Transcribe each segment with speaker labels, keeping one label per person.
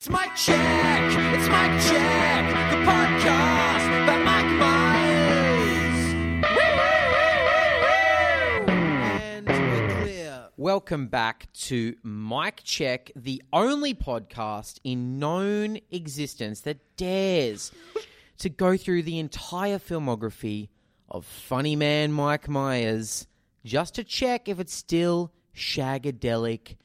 Speaker 1: It's Mike Check. It's Mike Check. The podcast by Mike Myers. And we're clear.
Speaker 2: Welcome back to Mike Check, the only podcast in known existence that dares to go through the entire filmography of funny man Mike Myers just to check if it's still shagadelic,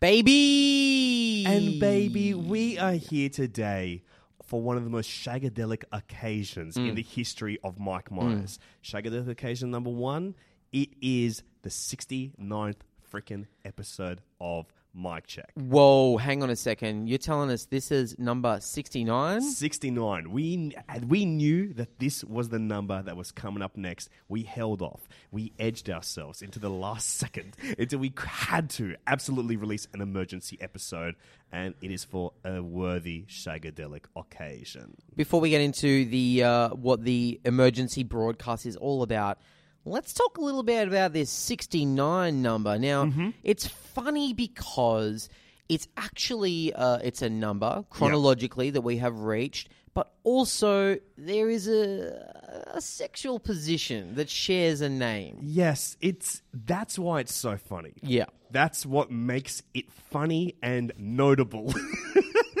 Speaker 2: baby.
Speaker 3: And baby, we are here today for one of the most shagadelic occasions in the history of Mike Myers. Shagadelic occasion number one. It is the 69th freaking episode of Mike Check.
Speaker 2: Whoa, hang on a second. You're telling us this is number 69?
Speaker 3: 69. We and we knew that this was the number that was coming up next. We held off. We edged ourselves into the last second until we had to absolutely release an emergency episode, and it is for a worthy shagadelic occasion.
Speaker 2: Before we get into the uh, what the emergency broadcast is all about, let's talk a little bit about this 69 number. Now,
Speaker 3: Mm-hmm.
Speaker 2: it's funny because it's actually uh, it's a number chronologically that we have reached, but also there is a, a sexual position that shares a name.
Speaker 3: Yes, it's that's why it's so funny.
Speaker 2: Yeah.
Speaker 3: That's what makes it funny and notable.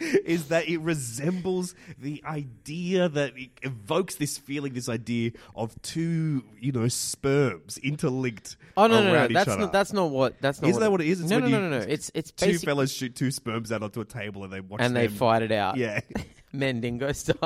Speaker 3: is that it resembles the idea that it evokes this feeling, this idea of two, you know, sperms interlinked.
Speaker 2: Oh no, no, no,
Speaker 3: around each
Speaker 2: that's
Speaker 3: other.
Speaker 2: not that's not what that's not
Speaker 3: Isn't that what it is?
Speaker 2: no,
Speaker 3: when
Speaker 2: no,
Speaker 3: you-
Speaker 2: no, no, no. It's it's
Speaker 3: two
Speaker 2: basic-
Speaker 3: fellas shoot two sperms out onto a table and they watch
Speaker 2: and they
Speaker 3: them-
Speaker 2: fight it out.
Speaker 3: Yeah.
Speaker 2: Mendingo style.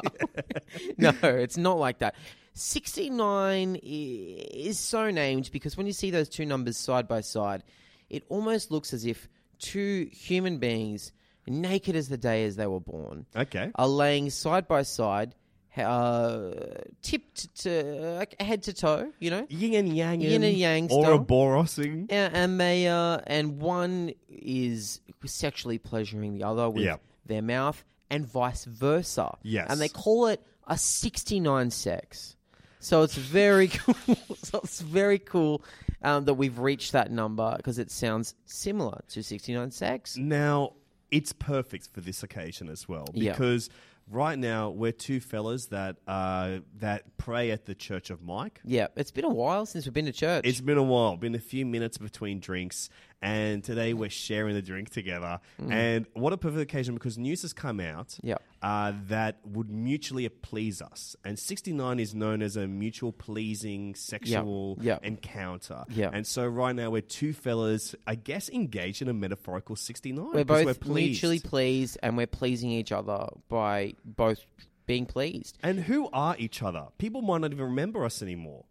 Speaker 2: no, it's not like that. 69 i- is so named because when you see those two numbers side by side, it almost looks as if two human beings, naked as the day as they were born,
Speaker 3: Okay.
Speaker 2: are laying side by side, ha- uh, tipped to like head to toe, you know?
Speaker 3: Yin and yang.
Speaker 2: Yin and yang style.
Speaker 3: Ouroborosing.
Speaker 2: Yeah, and they uh, and one is sexually pleasuring the other with
Speaker 3: Yeah.
Speaker 2: their mouth, and vice versa.
Speaker 3: Yes.
Speaker 2: and they call it a sixty-nine sex. So it's very cool. so it's very cool um, that we've reached that number because it sounds similar to sixty-nine
Speaker 3: Mm.
Speaker 2: sex.
Speaker 3: Now, it's perfect for this occasion as well
Speaker 2: Yeah.
Speaker 3: because right now we're two fellas that uh, that pray at the Church of Mike.
Speaker 2: Yeah, it's been a while since we've been to church.
Speaker 3: It's been a while, been a few minutes between drinks, and today we're sharing the drink together.
Speaker 2: Mm.
Speaker 3: And what a perfect occasion because news has come out
Speaker 2: Yep.
Speaker 3: uh, that would mutually please us. And 69 is known as a mutual pleasing sexual
Speaker 2: Yep.
Speaker 3: encounter.
Speaker 2: Yep.
Speaker 3: And so right now we're two fellas, I guess, engaged in a metaphorical 69.
Speaker 2: we're
Speaker 3: 'cause
Speaker 2: both
Speaker 3: pleased.
Speaker 2: mutually pleased, and we're pleasing each other by both being pleased.
Speaker 3: And who are each other? People might not even remember us anymore.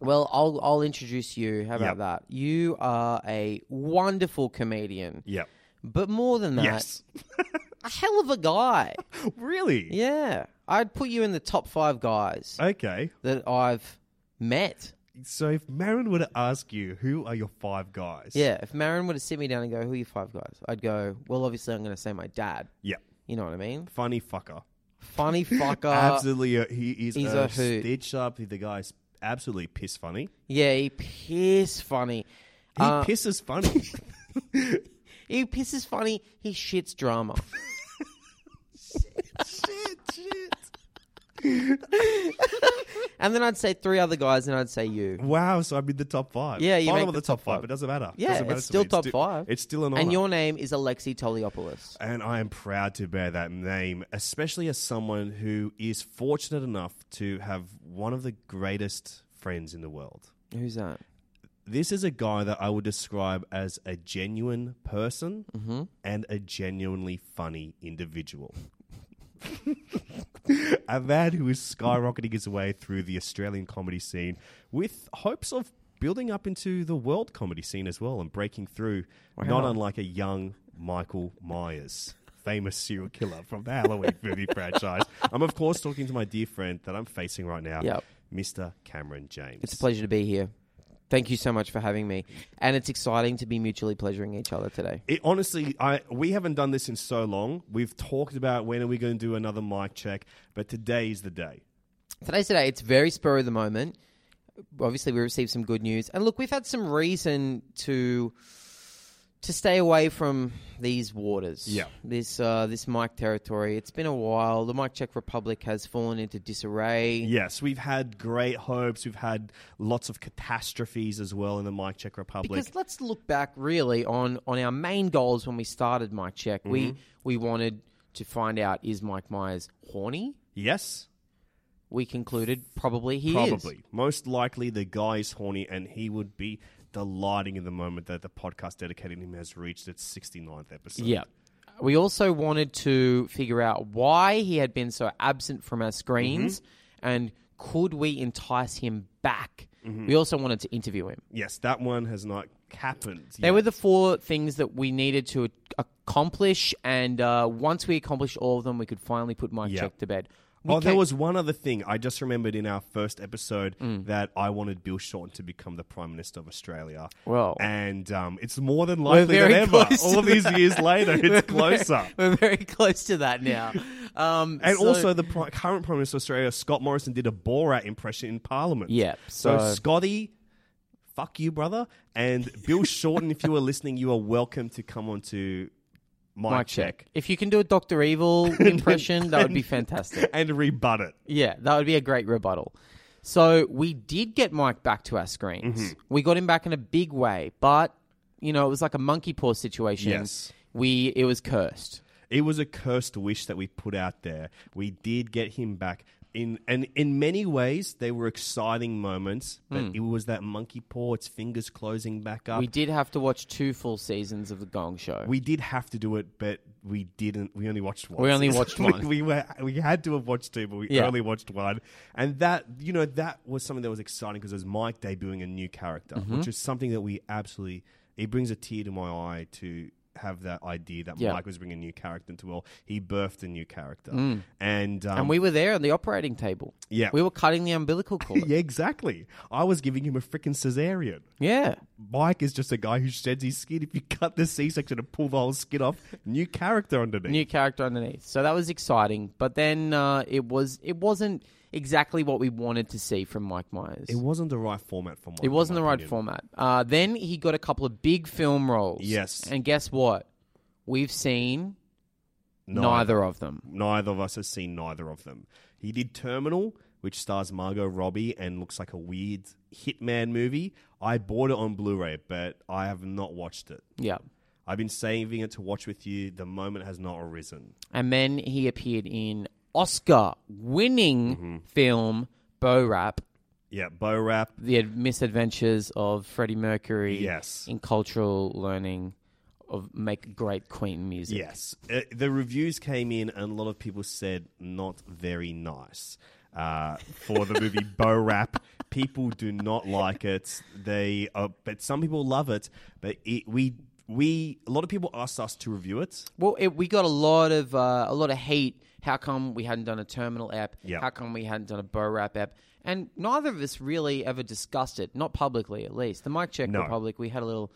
Speaker 2: Well, I'll I'll introduce you. How about
Speaker 3: Yep.
Speaker 2: that? You are a wonderful comedian,
Speaker 3: Yep.
Speaker 2: but more than that,
Speaker 3: Yes.
Speaker 2: a hell of a guy.
Speaker 3: really?
Speaker 2: yeah, I'd put you in the top five guys
Speaker 3: Oh. Okay.
Speaker 2: that I've met.
Speaker 3: So if Marin were to ask you, who are your five guys?
Speaker 2: Yeah, if Marin were to sit me down and go, "Who are your five guys?" I'd go, "Well, obviously, I'm going to say my dad."
Speaker 3: Yep.
Speaker 2: You know what I mean?
Speaker 3: Funny fucker.
Speaker 2: Funny fucker.
Speaker 3: absolutely. A, he is
Speaker 2: Uh, he's
Speaker 3: a,
Speaker 2: a hoot.
Speaker 3: stitch up. The guy's absolutely piss funny.
Speaker 2: Yeah, he piss funny.
Speaker 3: He
Speaker 2: Uh,
Speaker 3: pisses funny.
Speaker 2: He pisses funny. He shits drama.
Speaker 3: shit, shit.
Speaker 2: and then I'd say three other guys, and I'd say you.
Speaker 3: Wow, so I'm in the top five.
Speaker 2: Yeah, you
Speaker 3: Bottom
Speaker 2: make
Speaker 3: of the,
Speaker 2: the
Speaker 3: top
Speaker 2: top
Speaker 3: five,
Speaker 2: five.
Speaker 3: but it doesn't matter.
Speaker 2: Yeah,
Speaker 3: Doesn't matter
Speaker 2: it's
Speaker 3: to
Speaker 2: still
Speaker 3: me.
Speaker 2: top
Speaker 3: sti-
Speaker 2: five.
Speaker 3: It's still an honor.
Speaker 2: And your name is Alexi Toliopoulos.
Speaker 3: And I am proud to bear that name, especially as someone who is fortunate enough to have one of the greatest friends in the world.
Speaker 2: Who's that?
Speaker 3: This is a guy that I would describe as a genuine person
Speaker 2: Mm-hmm.
Speaker 3: and a genuinely funny individual. a man who is skyrocketing his way through the Australian comedy scene with hopes of building up into the world comedy scene as well and breaking through, not unlike a young Michael Myers, famous serial killer from the Halloween movie franchise. I'm, of course, talking to my dear friend that I'm facing right now,
Speaker 2: Yep.
Speaker 3: Mr. Cameron James.
Speaker 2: It's a pleasure to be here. Thank you so much for having me. And it's exciting to be mutually pleasuring each other today.
Speaker 3: It honestly, I we haven't done this in so long. We've talked about when are we going to do another mic check, but today is the day.
Speaker 2: Today's today. It's very spur of the moment. Obviously, we received some good news, and look, we've had some reason to to stay away from these waters.
Speaker 3: Yeah.
Speaker 2: this uh, this Mike territory. It's been a while. The Mike Czech Republic has fallen into disarray.
Speaker 3: Yes, we've had great hopes. We've had lots of catastrophes as well in the mic check republic.
Speaker 2: Because let's look back really on on our main goals when we started Mike Check.
Speaker 3: Mm-hmm.
Speaker 2: We we wanted to find out is Mike Myers horny?
Speaker 3: yes,
Speaker 2: We concluded probably he is.
Speaker 3: probably, most likely, the guy is horny, and he would be delighting in the moment that the podcast dedicated to him has reached its 69th episode.
Speaker 2: Yeah. We also wanted to figure out why he had been so absent from our screens
Speaker 3: Mm-hmm.
Speaker 2: and could we entice him back? We also wanted to interview him.
Speaker 3: Yes, that one has not happened.
Speaker 2: They
Speaker 3: yet.
Speaker 2: were the four things that we needed to a- accomplish, and uh, once we accomplished all of them, we could finally put Mike
Speaker 3: Yeah.
Speaker 2: Check to bed. We
Speaker 3: Oh, there
Speaker 2: ca-
Speaker 3: was one other thing. I just remembered in our first episode
Speaker 2: Mm.
Speaker 3: that I wanted Bill Shorten to become the Prime Minister of Australia.
Speaker 2: Well.
Speaker 3: and um, it's more than likely than
Speaker 2: very
Speaker 3: ever.
Speaker 2: close
Speaker 3: All
Speaker 2: to
Speaker 3: of these
Speaker 2: that.
Speaker 3: years later, it's
Speaker 2: We're-
Speaker 3: closer.
Speaker 2: We're very close to that now. Um,
Speaker 3: And
Speaker 2: so-
Speaker 3: also, the pri- current Prime Minister of Australia, Scott Morrison, did a Borat impression in Parliament.
Speaker 2: Yeah,
Speaker 3: So,
Speaker 2: so-
Speaker 3: Scotty, fuck you, brother. And Bill Shorten, if you are listening, you are welcome to come on to my
Speaker 2: Mike
Speaker 3: check
Speaker 2: Check. If you can do a Doctor Evil impression, that would be fantastic.
Speaker 3: and rebut it.
Speaker 2: Yeah, that would be a great rebuttal. So we did get Mike back to our screens.
Speaker 3: Mm-hmm.
Speaker 2: We got him back in a big way, but you know it was like a monkey paw situation.
Speaker 3: Yes.
Speaker 2: we it was cursed.
Speaker 3: It was a cursed wish that we put out there. We did get him back. In and in many ways, they were exciting moments, but it was that monkey paw, its fingers closing back up.
Speaker 2: We did have to watch two full seasons of the Gong Show.
Speaker 3: Uh, We did have to do it, but we didn't. We only watched one.
Speaker 2: We only watched one.
Speaker 3: we were we had to have watched two, but we
Speaker 2: Yeah.
Speaker 3: only watched one. And that you know that was something that was exciting because it was Mike debuting a new character,
Speaker 2: Mm-hmm.
Speaker 3: which is something that we absolutely. It brings a tear to my eye to have that idea that
Speaker 2: Yeah.
Speaker 3: Mike was bringing a new character into the world. He birthed a new character, and um,
Speaker 2: Mm. and we were there on the operating table.
Speaker 3: Yeah.
Speaker 2: we were cutting the umbilical cord.
Speaker 3: yeah, exactly. I was giving him a freaking cesarean.
Speaker 2: yeah.
Speaker 3: Mike is just a guy who sheds his skin. If you cut the C-section and pull the whole skin off, new character underneath.
Speaker 2: new character underneath. So that was exciting, but then uh, it was it wasn't exactly what we wanted to see from Mike Myers.
Speaker 3: It wasn't the right format for Mike.
Speaker 2: It wasn't
Speaker 3: in
Speaker 2: the
Speaker 3: my
Speaker 2: right
Speaker 3: opinion.
Speaker 2: format. Uh, then he got a couple of big film roles.
Speaker 3: Yes.
Speaker 2: And guess what? We've seen
Speaker 3: Neither.
Speaker 2: neither of them.
Speaker 3: Neither of us has seen neither of them. He did Terminal, which stars Margot Robbie and looks like a weird hitman movie. I bought it on Blu-ray, but I have not watched it.
Speaker 2: Yeah.
Speaker 3: I've been saving it to watch with you. The moment has not arisen.
Speaker 2: And then he appeared in Oscar winning
Speaker 3: Mm-hmm.
Speaker 2: film Bo Rap,
Speaker 3: Yeah, Bo Rap.
Speaker 2: The Ad- Misadventures of Freddie Mercury
Speaker 3: Yes.
Speaker 2: in Cultural Learning of Make Great Queen Music.
Speaker 3: Yes, uh, the reviews came in, and a lot of people said not very nice uh, for the movie Bo Rap. People do not like it. They, are, but some people love it. But it, we, we, a lot of people asked us to review it.
Speaker 2: Well, it, we got a lot of uh, a lot of hate. How come we hadn't done a terminal app?
Speaker 3: Yeah.
Speaker 2: How come we hadn't done a Bo Rap app? And neither of us really ever discussed it, not publicly at least. The Mic Check
Speaker 3: No.
Speaker 2: Republic, we had a little,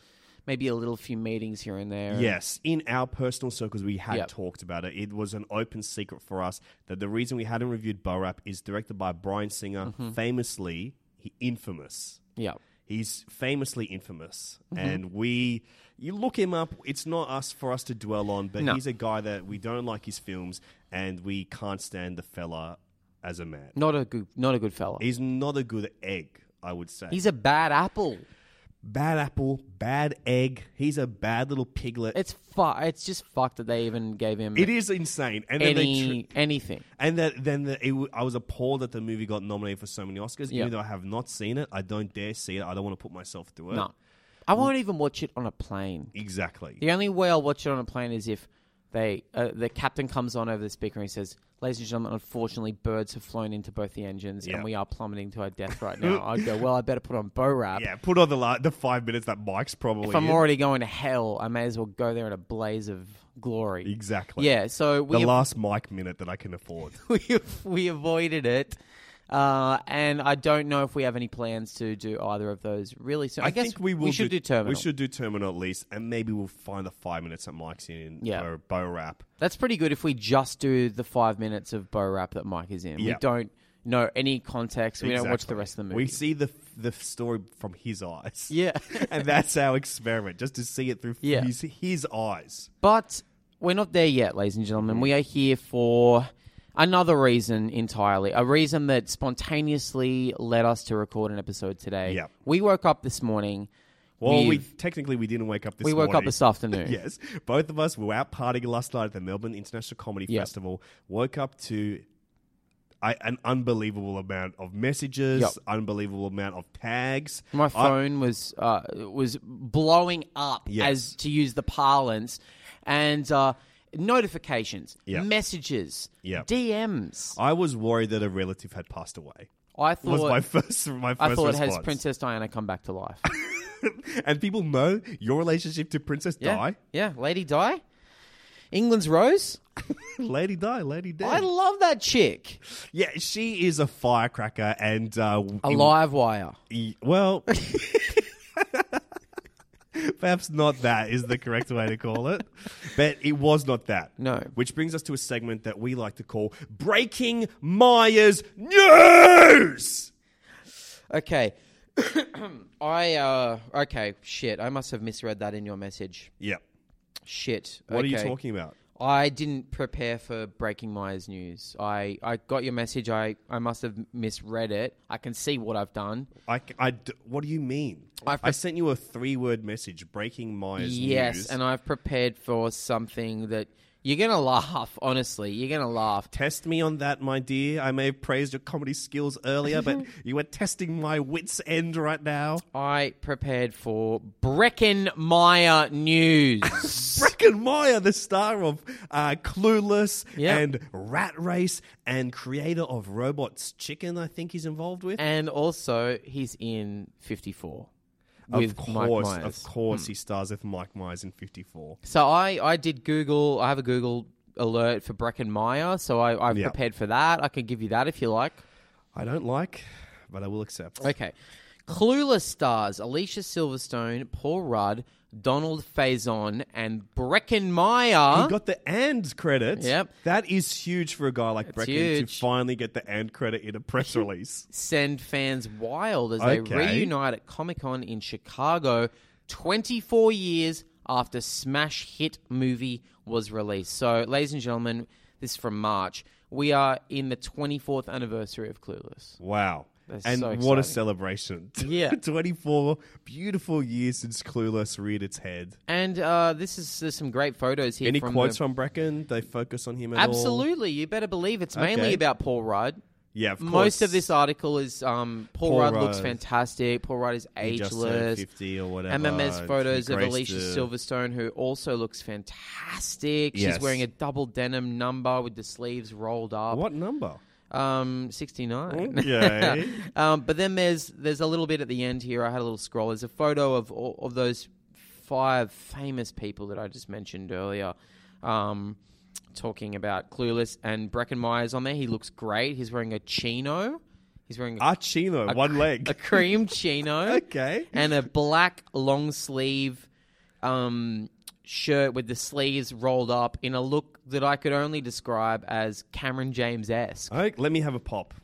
Speaker 2: maybe a little few meetings here and there.
Speaker 3: Yes, in our personal circles, we
Speaker 2: Uh.
Speaker 3: had
Speaker 2: Yep.
Speaker 3: talked about it. It was an open secret for us that the reason we hadn't reviewed Bo Rap is directed by Brian Singer, famously he, infamous.
Speaker 2: Yeah.
Speaker 3: He's famously infamous,
Speaker 2: Mm-hmm.
Speaker 3: and we you look him up. It's not us for us to dwell on, but
Speaker 2: No.
Speaker 3: he's a guy that we don't like his films, and we can't stand the fella as a man.
Speaker 2: Not a good, not a good fella.
Speaker 3: He's not a good egg, I would say.
Speaker 2: He's a bad apple.
Speaker 3: bad apple, bad egg. He's a bad little piglet.
Speaker 2: It's fu- It's just fucked that they even gave him
Speaker 3: it is insane. And then they
Speaker 2: any anything.
Speaker 3: And that then the, it, w- I was appalled that the movie got nominated for so many Oscars.
Speaker 2: Yeah.
Speaker 3: Even though I have not seen it, I don't dare see it. I don't want to put myself through it.
Speaker 2: No, I won't even watch it on a plane.
Speaker 3: exactly.
Speaker 2: The only way I'll watch it on a plane is if they uh, the captain comes on over the speaker and he says, "Ladies and gentlemen, unfortunately, birds have flown into both the engines
Speaker 3: Yeah.
Speaker 2: and we are plummeting to our death right now." I'd go, "Well, I better put on bow wrap."
Speaker 3: Yeah, put on the la- the five minutes that Mike's probably.
Speaker 2: If I'm
Speaker 3: in.
Speaker 2: already going to hell, I may as well go there in a blaze of glory.
Speaker 3: exactly.
Speaker 2: Yeah, so we
Speaker 3: the
Speaker 2: have-
Speaker 3: last Mike minute that I can afford.
Speaker 2: we we avoided it. Uh, and I don't know if we have any plans to do either of those really soon. I, guess
Speaker 3: think we will.
Speaker 2: should do, Terminal.
Speaker 3: We should do terminal at least, and maybe we'll find the five minutes that Mike's in.
Speaker 2: Yeah.
Speaker 3: Bow, bow wrap.
Speaker 2: That's pretty good if we just do the five minutes of bow rap that Mike is in.
Speaker 3: Yeah.
Speaker 2: We don't know any context. We don't watch the
Speaker 3: Exactly.
Speaker 2: rest of the
Speaker 3: We
Speaker 2: movie.
Speaker 3: see the the story from his eyes.
Speaker 2: Yeah.
Speaker 3: and that's our experiment, just to see it through
Speaker 2: Yeah.
Speaker 3: his his eyes.
Speaker 2: But we're not there yet, ladies and gentlemen. We are here for another reason entirely. A reason that spontaneously led us to record an episode today.
Speaker 3: Yeah.
Speaker 2: We woke up this morning.
Speaker 3: Well, we
Speaker 2: with-
Speaker 3: technically we didn't wake up this.
Speaker 2: we woke up
Speaker 3: morning.
Speaker 2: this afternoon.
Speaker 3: yes, both of us were out partying last night at the Melbourne International Comedy
Speaker 2: Yep.
Speaker 3: Festival. Woke up to I, an unbelievable amount of messages,
Speaker 2: Yep.
Speaker 3: unbelievable amount of tags.
Speaker 2: My
Speaker 3: I-
Speaker 2: phone was uh, was blowing up,
Speaker 3: Yes.
Speaker 2: as to use the parlance, and uh, notifications,
Speaker 3: Yeah.
Speaker 2: messages,
Speaker 3: Yeah.
Speaker 2: DMs.
Speaker 3: I, was worried that a relative had passed away.
Speaker 2: I thought
Speaker 3: Was my first my first
Speaker 2: I thought has
Speaker 3: response.
Speaker 2: Princess Diana come back to life.
Speaker 3: and people know your relationship to Princess
Speaker 2: yeah,
Speaker 3: Di,
Speaker 2: yeah, Lady Di, England's Rose.
Speaker 3: Lady Di, Lady Di.
Speaker 2: I love that chick.
Speaker 3: yeah, she is a firecracker and uh,
Speaker 2: A
Speaker 3: in-
Speaker 2: live wire.
Speaker 3: E- Well, perhaps not that is the correct way to call it, but it was not that.
Speaker 2: No.
Speaker 3: Which brings us to a segment that we like to call Breaking Myers News.
Speaker 2: Okay. I uh okay shit I must have misread that in your message
Speaker 3: Yeah.
Speaker 2: shit
Speaker 3: What are you
Speaker 2: Okay.
Speaker 3: talking about?
Speaker 2: I didn't prepare for breaking Myers news. I, I got your message. I, I must have misread it. I can see what I've done.
Speaker 3: I, c- I d- what do you mean?
Speaker 2: I've-
Speaker 3: I sent you a three word message, Breaking Myers
Speaker 2: yes,
Speaker 3: News.
Speaker 2: and I've prepared for something that you're going to laugh, honestly. You're going to laugh.
Speaker 3: Test me on that, my dear. I may have praised your comedy skills earlier, but you are testing my wits' end right now.
Speaker 2: I prepared for Breckenmeyer news.
Speaker 3: Brecken Meyer, the star of uh, Clueless
Speaker 2: Yeah.
Speaker 3: and Rat Race and creator of Robot's Chicken, I think he's involved with.
Speaker 2: and also, he's in 54
Speaker 3: of
Speaker 2: with Mike
Speaker 3: course,
Speaker 2: Myers. Hmm.
Speaker 3: of course, he stars with Mike Myers in 54.
Speaker 2: So I, I did Google. I have a Google alert for Breckenmeyer, so I, I've
Speaker 3: Yeah.
Speaker 2: prepared for that. I can give you that if you like.
Speaker 3: I don't like, but I will accept.
Speaker 2: Okay. Clueless stars Alicia Silverstone, Paul Rudd, Donald Faison, and Brecken Meyer.
Speaker 3: He got the and credit.
Speaker 2: Yep.
Speaker 3: That is huge for a guy like Brecken to
Speaker 2: huge.
Speaker 3: finally get the and credit in a press release.
Speaker 2: send fans wild as
Speaker 3: Okay.
Speaker 2: they reunite at Comic Con in Chicago 24 years after smash hit movie was released. So, ladies and gentlemen, this is from March. We are in the 24th anniversary of Clueless.
Speaker 3: Wow.
Speaker 2: That's
Speaker 3: and
Speaker 2: so
Speaker 3: what a
Speaker 2: exciting.
Speaker 3: celebration.
Speaker 2: Yeah.
Speaker 3: 24 beautiful years since Clueless reared its head.
Speaker 2: And uh, this is there's some great photos here.
Speaker 3: Any
Speaker 2: from
Speaker 3: quotes
Speaker 2: the-
Speaker 3: from Brecken? They focus on him at all?
Speaker 2: Absolutely, you better believe it's mainly
Speaker 3: Okay.
Speaker 2: about Paul Rudd.
Speaker 3: Yeah, of
Speaker 2: Most of
Speaker 3: course.
Speaker 2: this article is um, Paul,
Speaker 3: Paul
Speaker 2: Rudd, looks
Speaker 3: Rudd.
Speaker 2: fantastic. Paul Rudd is
Speaker 3: He just turned
Speaker 2: ageless.
Speaker 3: 50 or whatever.
Speaker 2: MMS photos
Speaker 3: He
Speaker 2: of
Speaker 3: graced
Speaker 2: Alicia
Speaker 3: the-
Speaker 2: Silverstone, who also looks fantastic.
Speaker 3: Yes.
Speaker 2: She's wearing a double denim number with the sleeves rolled up.
Speaker 3: What number?
Speaker 2: Um, sixty nine.
Speaker 3: Okay.
Speaker 2: um, but then there's there's a little bit at the end here. I had a little scroll. There's a photo of all of those five famous people that I just mentioned earlier. Um, talking about Clueless and Breckenmeyer's on there. He looks great. He's wearing a chino. He's wearing a,
Speaker 3: Archino, Ah, one leg.
Speaker 2: a cream chino.
Speaker 3: Okay.
Speaker 2: And a black long sleeve um, shirt with the sleeves rolled up in a look that I could only describe as Cameron James esque.
Speaker 3: All right, let me have a pop.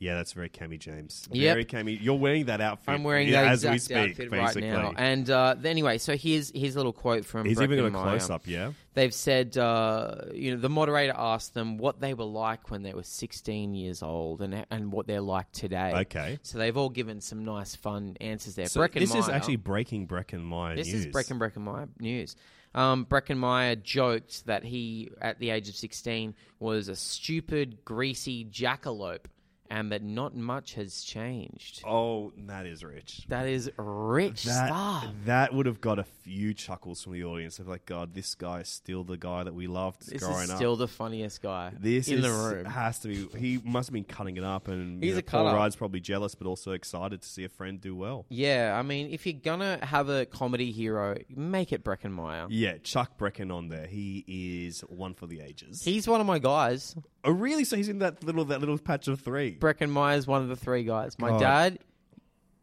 Speaker 3: Yeah, that's very cammy, James.
Speaker 2: Yep.
Speaker 3: Very cammy. You're wearing that outfit.
Speaker 2: I'm wearing
Speaker 3: yeah,
Speaker 2: that
Speaker 3: as
Speaker 2: exact
Speaker 3: we speak,
Speaker 2: outfit
Speaker 3: basically.
Speaker 2: right now. And uh, anyway, so here's here's a little quote from.
Speaker 3: He's
Speaker 2: Breckin
Speaker 3: even got a
Speaker 2: Meyer.
Speaker 3: close up, yeah?
Speaker 2: They've said, uh, you know, the moderator asked them what they were like when they were 16 years old and and what they're like today.
Speaker 3: Okay.
Speaker 2: So they've all given some nice, fun answers there.
Speaker 3: So
Speaker 2: Breckin
Speaker 3: this is
Speaker 2: Meyer-
Speaker 3: actually breaking Breckenmeyer
Speaker 2: um, this is
Speaker 3: news.
Speaker 2: Brecken Breckenmeyer news. Um, Breckenmeyer joked that he, at the age of 16, was a stupid, greasy jackalope, and that not much has changed.
Speaker 3: Oh, that is rich.
Speaker 2: That is rich
Speaker 3: That,
Speaker 2: stuff.
Speaker 3: that would have got a few chuckles from the audience of like, God, this guy is still the guy that we loved
Speaker 2: This
Speaker 3: growing
Speaker 2: is
Speaker 3: up.
Speaker 2: still the funniest guy
Speaker 3: this
Speaker 2: in
Speaker 3: is,
Speaker 2: the room.
Speaker 3: has to be. He must have been cutting it up, and
Speaker 2: He's
Speaker 3: you know,
Speaker 2: a
Speaker 3: Paul
Speaker 2: cutter.
Speaker 3: Rudd's probably jealous, but also excited to see a friend do well.
Speaker 2: yeah, I mean, if you're gonna have a comedy hero, make it Breckenmeyer.
Speaker 3: Yeah, Chuck Brecken on there. He is one for the ages.
Speaker 2: He's one of my guys.
Speaker 3: oh, really? So he's in that little that little patch of three.
Speaker 2: Breckenmeyer's one of the three guys. My
Speaker 3: God.
Speaker 2: dad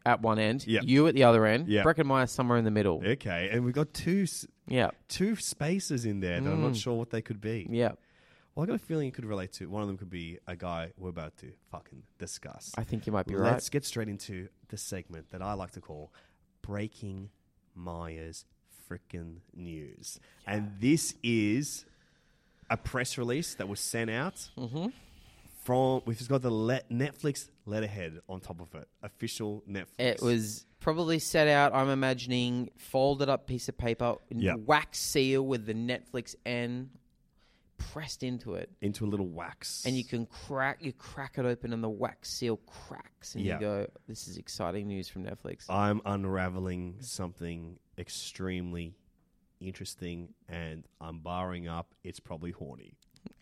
Speaker 2: at one end,
Speaker 3: Yep.
Speaker 2: you at the other end,
Speaker 3: Yep.
Speaker 2: Breckenmeyer somewhere in the middle.
Speaker 3: okay, and we've got two s-
Speaker 2: Yeah,
Speaker 3: two spaces in there that I'm not sure what they could be.
Speaker 2: Mm. yeah.
Speaker 3: Well, I got a feeling it could relate to one of them. Could be a guy we're about to fucking discuss.
Speaker 2: I think you might be
Speaker 3: Let's
Speaker 2: right.
Speaker 3: get straight into the segment that I like to call Breaking Myers Frickin' News. And this is a press release that was sent out
Speaker 2: Mm-hmm.
Speaker 3: from, we've just got the let Netflix letterhead on top of it. Official Netflix.
Speaker 2: It was probably set out. I'm imagining folded up piece of paper, n-
Speaker 3: Yeah.
Speaker 2: wax seal with the Netflix N pressed into it.
Speaker 3: into a little wax.
Speaker 2: and you can crack you crack it open and the wax seal cracks and
Speaker 3: Yeah. Uh,
Speaker 2: you go this is exciting news from netflix
Speaker 3: I'm unraveling something extremely interesting and I'm barring up. It's probably horny.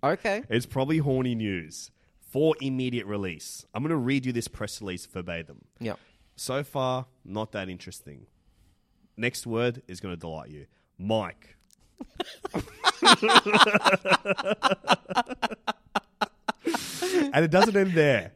Speaker 2: okay
Speaker 3: It's probably horny news for immediate release. I'm going to read you this press release verbatim.
Speaker 2: yep
Speaker 3: So far, not that interesting. Next word is going to delight you. Mike. and it doesn't end there.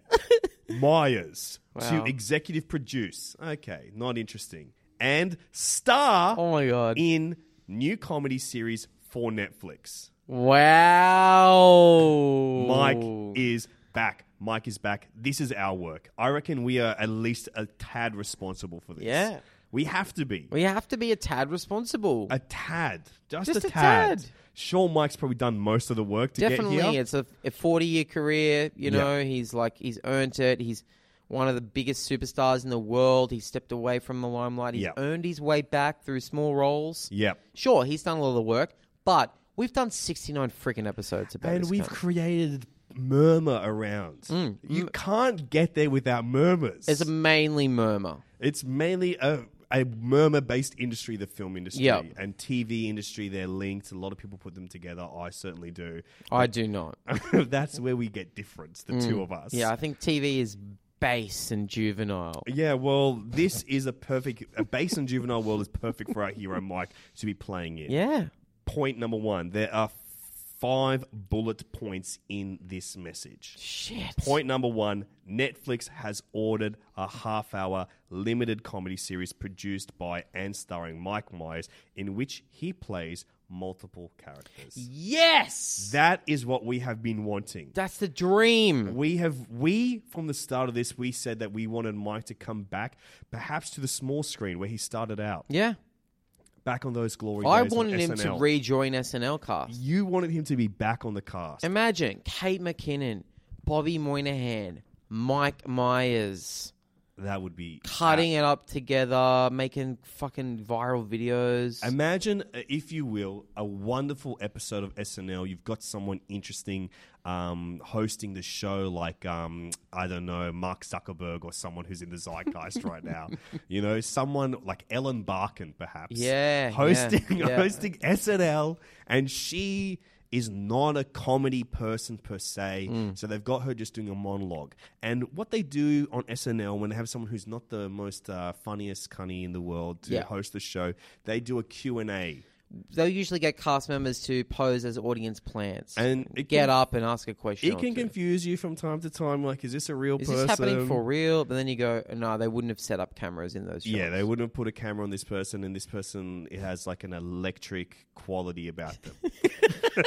Speaker 3: Myers
Speaker 2: Wow.
Speaker 3: to executive produce. Okay, not interesting. And star
Speaker 2: oh my god
Speaker 3: in new comedy series for Netflix.
Speaker 2: wow
Speaker 3: Mike is back. Mike is back. This is our work. I reckon we are at least a tad responsible for this.
Speaker 2: Yeah.
Speaker 3: We have to be.
Speaker 2: we have to be a tad responsible
Speaker 3: A tad. Just,
Speaker 2: Just
Speaker 3: a,
Speaker 2: a
Speaker 3: tad.
Speaker 2: tad.
Speaker 3: Sure, Mike's probably done most of the work to
Speaker 2: definitely
Speaker 3: get here.
Speaker 2: it's a, a 40 year career you know he's like he's earned it he's one of the biggest superstars in the world he stepped away from the limelight he's
Speaker 3: Yeah.
Speaker 2: earned his way back through small roles
Speaker 3: Yep.
Speaker 2: sure he's done a lot of the work but we've done 69 freaking episodes about
Speaker 3: And
Speaker 2: this
Speaker 3: we've
Speaker 2: cunt.
Speaker 3: created murmur around. You can't get there without murmurs.
Speaker 2: Mm, It's a mainly murmur.
Speaker 3: It's mainly a, a murmur based industry, the film industry
Speaker 2: Yeah.
Speaker 3: and TV industry. They're linked. A lot of people put them together. I certainly do.
Speaker 2: I do not.
Speaker 3: That's where we get difference, the two of us.
Speaker 2: Mm. Yeah, I think TV is base and juvenile.
Speaker 3: Yeah, well, this is a perfect. A base and juvenile world is perfect for our hero Mike to be playing in.
Speaker 2: Yeah.
Speaker 3: Point number one: there are five bullet points in this message.
Speaker 2: Shit.
Speaker 3: Point number one: Netflix has ordered a half-hour limited comedy series produced by and starring Mike Myers, in which he plays multiple characters.
Speaker 2: Yes.
Speaker 3: That is what we have been wanting.
Speaker 2: That's the dream.
Speaker 3: We have we from the start of this we said that we wanted Mike to come back, perhaps to the small screen where he started out,
Speaker 2: Yeah.
Speaker 3: back on those glory
Speaker 2: I
Speaker 3: days on
Speaker 2: wanted him to
Speaker 3: SNL.
Speaker 2: rejoin SNL cast.
Speaker 3: You wanted him to be back on the cast.
Speaker 2: Imagine Kate McKinnon, Bobby Moynihan, Mike Myers
Speaker 3: that would be
Speaker 2: cutting it up together, making fucking viral videos.
Speaker 3: Imagine, uh, if you will, a wonderful episode of SNL. You've got someone interesting um, hosting the show, like um, I don't know, Mark Zuckerberg or someone who's in the zeitgeist right now. You know, someone like Ellen Barkin, perhaps.
Speaker 2: Yeah, yeah,
Speaker 3: hosting
Speaker 2: yeah.
Speaker 3: hosting SNL, and she is not a comedy person per se.
Speaker 2: Mm.
Speaker 3: So they've got her just doing a monologue. And what they do on SNL when they have someone who's not the most uh, funniest cunny in the world to
Speaker 2: Yeah.
Speaker 3: host the show, they do a Q&A.
Speaker 2: they'll usually get cast members to pose as audience plants
Speaker 3: And it
Speaker 2: get
Speaker 3: can-
Speaker 2: up and ask a question.
Speaker 3: It
Speaker 2: or
Speaker 3: can
Speaker 2: two.
Speaker 3: confuse you from time to time. Like, is this a real
Speaker 2: Is
Speaker 3: person?
Speaker 2: this happening for real? But then you go, no, they wouldn't have set up cameras in those.
Speaker 3: Yeah,
Speaker 2: shots."
Speaker 3: they wouldn't have put a camera on this person, and this person it has like an electric quality about them.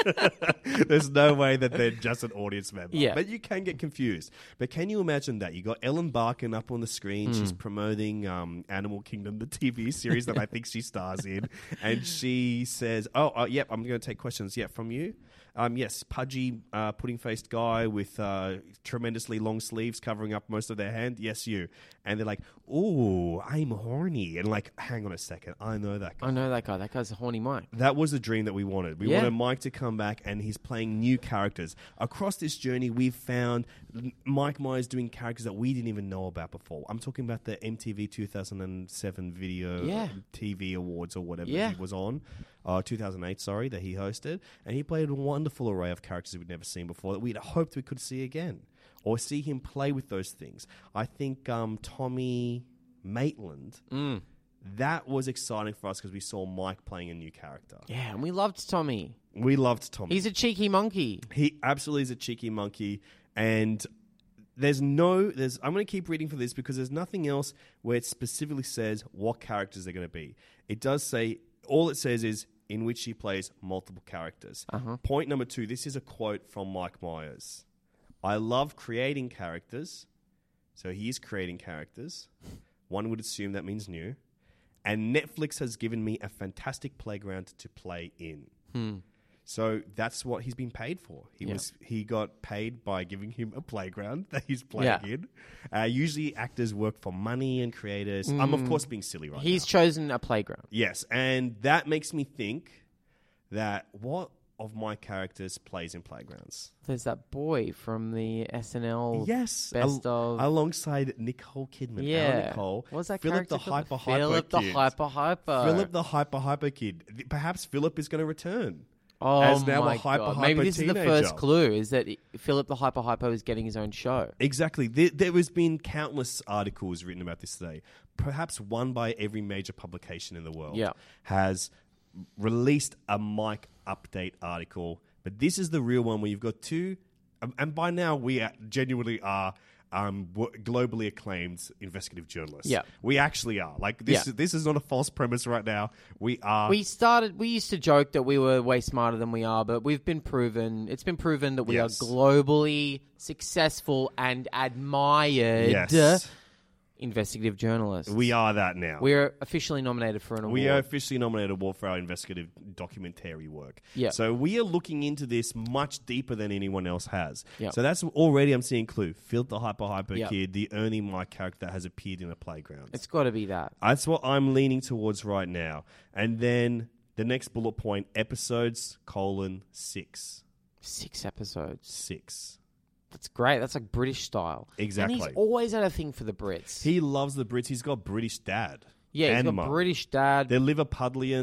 Speaker 3: There's no way that they're just an audience member.
Speaker 2: Yeah.
Speaker 3: But you can get confused. But can you imagine that? You got Ellen Barkin up on the screen. She's promoting um, Animal Kingdom, the TV series that I think she stars in. And she says, Oh, uh, yep, I'm going to take questions. Yeah, from you. Um, yes, pudgy, uh, pudding faced guy with uh, tremendously long sleeves covering up most of their hand. Yes, you. And they're like, Oh, I'm horny. And like, hang on a second. I know that guy
Speaker 2: I know that guy. That guy's a horny Mike.
Speaker 3: that was the dream that we wanted. We
Speaker 2: Yeah.
Speaker 3: wanted Mike to come back and he's playing new characters. Across this journey, we've found M- Mike Myers doing characters that we didn't even know about before. I'm talking about the MTV 2007 video
Speaker 2: Yeah.
Speaker 3: TV awards or whatever
Speaker 2: Yeah.
Speaker 3: he was on. Uh, 2008, sorry, that he hosted. And he played a wonderful array of characters we'd never seen before that we'd hoped we could see again or see him play with those things. I think um, Tommy Maitland.
Speaker 2: Mm.
Speaker 3: That was exciting for us because we saw Mike playing a new character.
Speaker 2: Yeah, and we loved Tommy.
Speaker 3: We loved Tommy.
Speaker 2: He's a cheeky monkey.
Speaker 3: he absolutely is a cheeky monkey, and there's no there's. I'm going to keep reading for this because there's nothing else where it specifically says what characters they're going to be. It does say all it says is in which he plays multiple characters. Point number two. This is a quote from Mike Myers. I love creating characters, so he is creating characters. One would assume that means new. And Netflix has given me a fantastic playground to play in. So that's what he's been paid for. He
Speaker 2: Hmm. Yeah.
Speaker 3: was he got paid by giving him a playground that he's playing
Speaker 2: Yeah.
Speaker 3: in. Uh, usually, actors work for money and creators. I'm of course being silly right
Speaker 2: Hmm. He's
Speaker 3: now.
Speaker 2: chosen a playground.
Speaker 3: yes, and that makes me think that what of my characters plays in playgrounds?
Speaker 2: There's that boy from the SNL.
Speaker 3: Yes,
Speaker 2: best
Speaker 3: al-
Speaker 2: of.
Speaker 3: alongside Nicole Kidman.
Speaker 2: yeah,
Speaker 3: Our Nicole.
Speaker 2: What's that
Speaker 3: Philip
Speaker 2: character
Speaker 3: the
Speaker 2: called?
Speaker 3: hyper hyper
Speaker 2: Philip the
Speaker 3: kid.
Speaker 2: hyper hyper.
Speaker 3: Philip the hyper hyper kid. Th- Perhaps Philip is going to return.
Speaker 2: oh
Speaker 3: as now
Speaker 2: my
Speaker 3: a hyper
Speaker 2: God.
Speaker 3: hyper
Speaker 2: Maybe this
Speaker 3: teenager.
Speaker 2: is the first clue: is that Philip the hyper hyper is getting his own show.
Speaker 3: Exactly. There, there has been countless articles written about this today. Perhaps one by every major publication in the world
Speaker 2: Yeah.
Speaker 3: has released a mic update article, but this is the real one where you've got two. um, And by now, we are, genuinely are um, wo- globally acclaimed investigative journalists.
Speaker 2: Yeah.
Speaker 3: we actually are. Like this.
Speaker 2: Yeah.
Speaker 3: Is, this is not a false premise right now. We are.
Speaker 2: we started. We used to joke that we were way smarter than we are, but we've been proven. It's been proven that we
Speaker 3: Yes.
Speaker 2: are globally successful and admired
Speaker 3: yes,
Speaker 2: investigative journalists.
Speaker 3: we are that now.
Speaker 2: We're officially nominated for an award.
Speaker 3: We are officially nominated award for our investigative documentary work.
Speaker 2: Yeah.
Speaker 3: So we are looking into this much deeper than anyone else has.
Speaker 2: Yeah.
Speaker 3: So that's already I'm seeing clue. Phil the hyper hyper
Speaker 2: Yeah.
Speaker 3: kid, the only my character that has appeared in a playground.
Speaker 2: It's got to be that.
Speaker 3: that's what I'm leaning towards right now. And then the next bullet point, episodes colon six.
Speaker 2: Six episodes.
Speaker 3: Six.
Speaker 2: That's great. That's like British style. And
Speaker 3: Exactly.
Speaker 2: he's always had a thing for the Brits.
Speaker 3: He loves the Brits. He's got British dad.
Speaker 2: yeah, he's
Speaker 3: and
Speaker 2: got
Speaker 3: mum.
Speaker 2: British dad.
Speaker 3: They're Liverpudlian.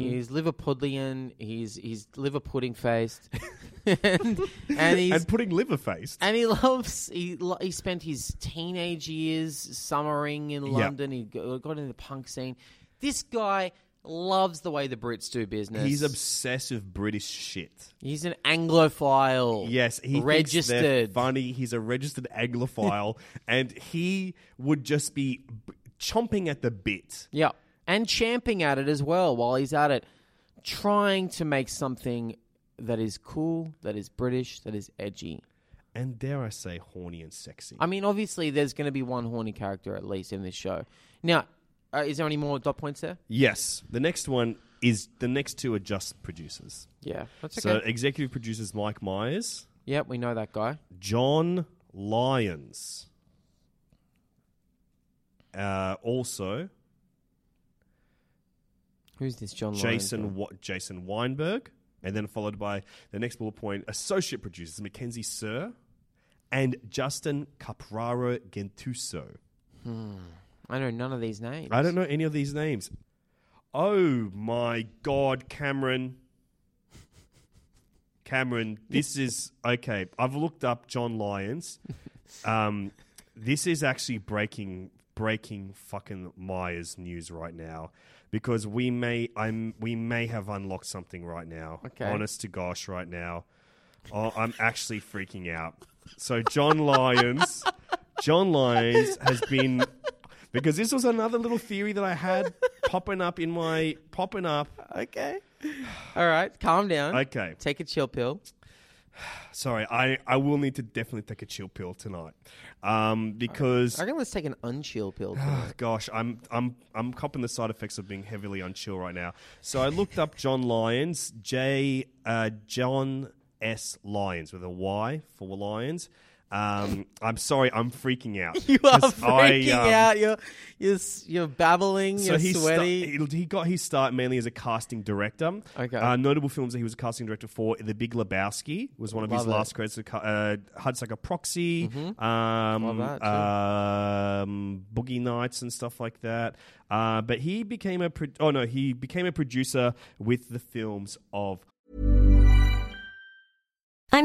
Speaker 2: he's Liverpudlian. He's he's liver pudding faced, and, and he's
Speaker 3: and putting liver faced.
Speaker 2: And he loves. He lo- he spent his teenage years summering in London. He go- got into the punk scene. This guy loves the way the Brits do business.
Speaker 3: He's obsessive British shit.
Speaker 2: He's an Anglophile.
Speaker 3: Yes, he registered. Thinks they're
Speaker 2: registered.
Speaker 3: funny. He's a registered Anglophile, and he would just be b- chomping at the bit.
Speaker 2: Yeah, and champing at it as well while he's at it, trying to make something that is cool, that is British, that is edgy.
Speaker 3: And dare I say, horny and sexy.
Speaker 2: I mean, obviously, there's going to be one horny character at least in this show. Now, uh, is there any more dot points there?
Speaker 3: yes, the next one is the next two are just producers.
Speaker 2: Yeah, that's
Speaker 3: So
Speaker 2: okay.
Speaker 3: executive producers Mike Myers,
Speaker 2: yeah, we know that guy.
Speaker 3: John Lyons, uh, also
Speaker 2: Who's this John Lyons guy?
Speaker 3: Jason Wa- Jason Weinberg, and then followed by the next bullet point: associate producers Mackenzie Sir and Justin Capraro Gentuso.
Speaker 2: I know none of these names.
Speaker 3: I don't know any of these names. Oh my God, Cameron. Cameron, this is okay. I've looked up John Lyons. Um, this is actually breaking breaking fucking Myers news right now. because we may I'm we may have unlocked something right now.
Speaker 2: Okay.
Speaker 3: Honest to gosh, right now, oh, I'm actually freaking out. So John Lyons, John Lyons has been because this was another little theory that I had popping up in my popping up.
Speaker 2: Okay. All right. Calm down.
Speaker 3: Okay.
Speaker 2: Take a chill pill.
Speaker 3: Sorry, I I will need to definitely take a chill pill tonight, um because
Speaker 2: I reckon let's take an unchill pill. too.
Speaker 3: gosh, I'm I'm I'm copping the side effects of being heavily unchill right now. So I looked up John Lyons, J uh, John S Lyons with a Y for Lyons. Um, I'm sorry, I'm freaking out.
Speaker 2: you are
Speaker 3: 'Cause I,
Speaker 2: freaking
Speaker 3: um,
Speaker 2: out. You're, you're, s- you're babbling.
Speaker 3: So
Speaker 2: you're
Speaker 3: he, sta-
Speaker 2: sweaty.
Speaker 3: he- he got his start mainly as a casting director.
Speaker 2: Okay.
Speaker 3: Uh, notable films that he was a casting director for: The Big Lebowski was one of his
Speaker 2: Love it. Mm-hmm.
Speaker 3: last credits. of ca- Uh, Hudsucker Proxy, um,
Speaker 2: Love that, too.
Speaker 3: um, Boogie Nights, and stuff like that. Uh, but he became a pro- oh no, he became a producer with the films of
Speaker 4: I'm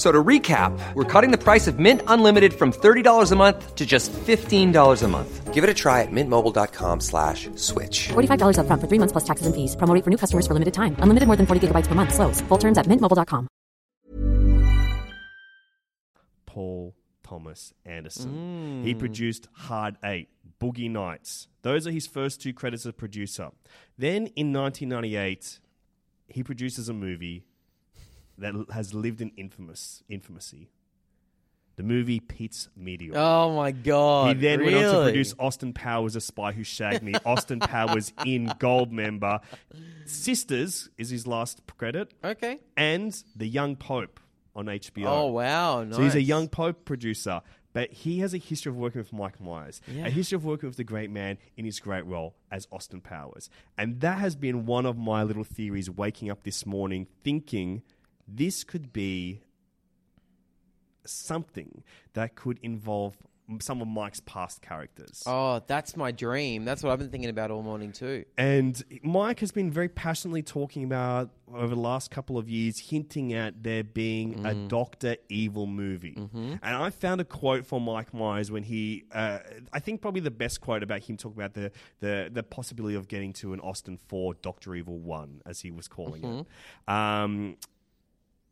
Speaker 5: So to recap, we're cutting the price of Mint Unlimited from $30 a month to just $15 a month. Give it a try at mintmobile.com slash switch.
Speaker 4: $45 upfront for three months plus taxes and fees. Promoting for new customers for limited time. Unlimited more than 40 gigabytes per month. Slows. Full terms at mintmobile.com.
Speaker 3: Paul Thomas Anderson.
Speaker 2: Mm.
Speaker 3: He produced Hard Eight, Boogie Nights. Those are his first two credits as producer. Then in 1998, he produces a movie that l- has lived in infamous infamousy. The movie Pete's Meteor.
Speaker 2: Oh my
Speaker 3: He
Speaker 2: god!
Speaker 3: then went on to
Speaker 2: really?
Speaker 3: produce Austin Powers, A Spy Who Shagged Me, Austin Powers in Goldmember, Sisters is his last credit,
Speaker 2: Okay.
Speaker 3: and The Young Pope on HBO.
Speaker 2: Oh wow! Nice.
Speaker 3: So he's a young Pope producer, but he has a history of working with Mike Myers,
Speaker 2: Yeah.
Speaker 3: a history of working with the great man in his great role as Austin Powers. And that has been one of my little theories waking up this morning thinking this could be something that could involve m- some of Mike's past characters.
Speaker 2: Oh, that's my dream. That's what I've been thinking about all morning too.
Speaker 3: And Mike has been very passionately talking about over the last couple of years, hinting at there being a Doctor Evil movie. And I found a quote from Mike Myers when he, uh, I think probably the best quote about him talking about the, the the possibility of getting to an Austin Four Doctor Evil One, as he was calling it. Um,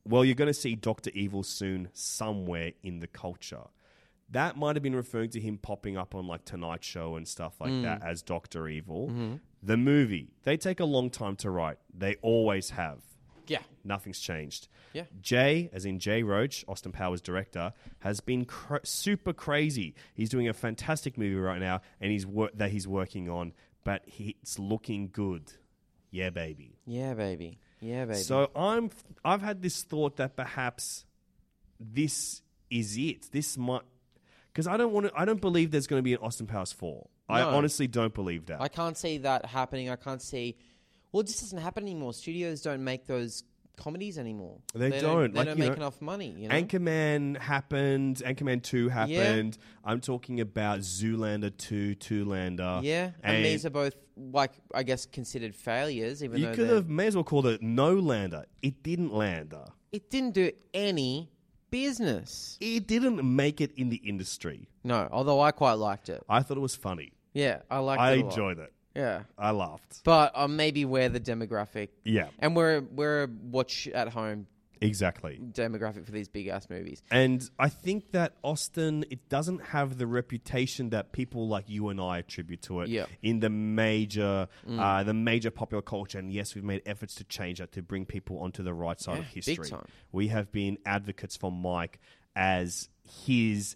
Speaker 3: well, you're going to see Doctor Evil soon somewhere in the culture. That might have been referring to him popping up on like Tonight Show and stuff like that as Doctor Evil. The movie, they take a long time to write. They always have.
Speaker 2: Yeah.
Speaker 3: Nothing's changed.
Speaker 2: Yeah.
Speaker 3: Jay, as in Jay Roach, Austin Powers director, has been cr- super crazy. He's doing a fantastic movie right now, and he's wor- that he's working on, but he- it's looking good. Yeah, baby.
Speaker 2: Yeah, baby. Yeah, baby.
Speaker 3: So uh, I'm I've had this thought that perhaps this is it. This might because I don't want to. I don't believe there's going to be an Austin Powers four. I
Speaker 2: No.
Speaker 3: honestly don't believe that.
Speaker 2: I can't see that happening. I can't see. Well, it just doesn't happen anymore. Studios don't make those comedies anymore.
Speaker 3: They don't,
Speaker 2: They
Speaker 3: like,
Speaker 2: don't
Speaker 3: you
Speaker 2: make
Speaker 3: know,
Speaker 2: enough money. You know?
Speaker 3: Anchorman happened. Anchorman two happened. I'm talking about Zoolander two, Zoolander.
Speaker 2: yeah, and, these are both like I guess considered failures. Even
Speaker 3: you
Speaker 2: though
Speaker 3: could
Speaker 2: they're-
Speaker 3: have may as well called it No Lander. It didn't lander.
Speaker 2: it didn't do any business.
Speaker 3: It didn't make it in the industry.
Speaker 2: No, although I quite liked it.
Speaker 3: I thought it was funny.
Speaker 2: Yeah, I liked
Speaker 3: I
Speaker 2: it. a lot.
Speaker 3: enjoyed it.
Speaker 2: Yeah.
Speaker 3: I laughed.
Speaker 2: But um, maybe we're the demographic.
Speaker 3: Yeah.
Speaker 2: And we're we're a watch at home
Speaker 3: Exactly.
Speaker 2: demographic for these big ass movies.
Speaker 3: And I think that Austin, it doesn't have the reputation that people like you and I attribute to it
Speaker 2: Yeah. Mm.
Speaker 3: in the major, uh, the major popular culture. And yes, we've made efforts to change that to bring people onto the right side of history.
Speaker 2: time.
Speaker 3: We have been advocates for Mike as his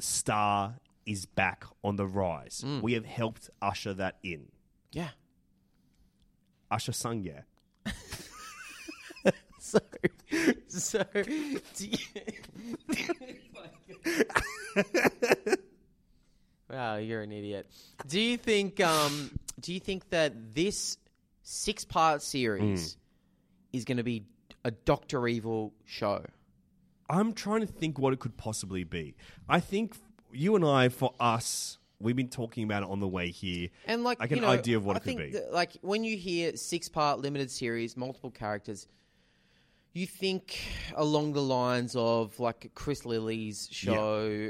Speaker 3: star is back on the rise.
Speaker 2: Mm.
Speaker 3: We have helped usher that in.
Speaker 2: Yeah.
Speaker 3: Usher sung, yeah.
Speaker 2: So so do you- Wow, you're an idiot. Do you think um do you think that this six part series is gonna be a Doctor Evil show?
Speaker 3: I'm trying to think what it could possibly be. I think you and I, for us, we've been talking about it on the way here.
Speaker 2: And like
Speaker 3: like
Speaker 2: you
Speaker 3: an
Speaker 2: know,
Speaker 3: idea of
Speaker 2: I
Speaker 3: what it could
Speaker 2: think
Speaker 3: be.
Speaker 2: that, like when you hear six part limited series, multiple characters, you think along the lines of like Chris Lilly's show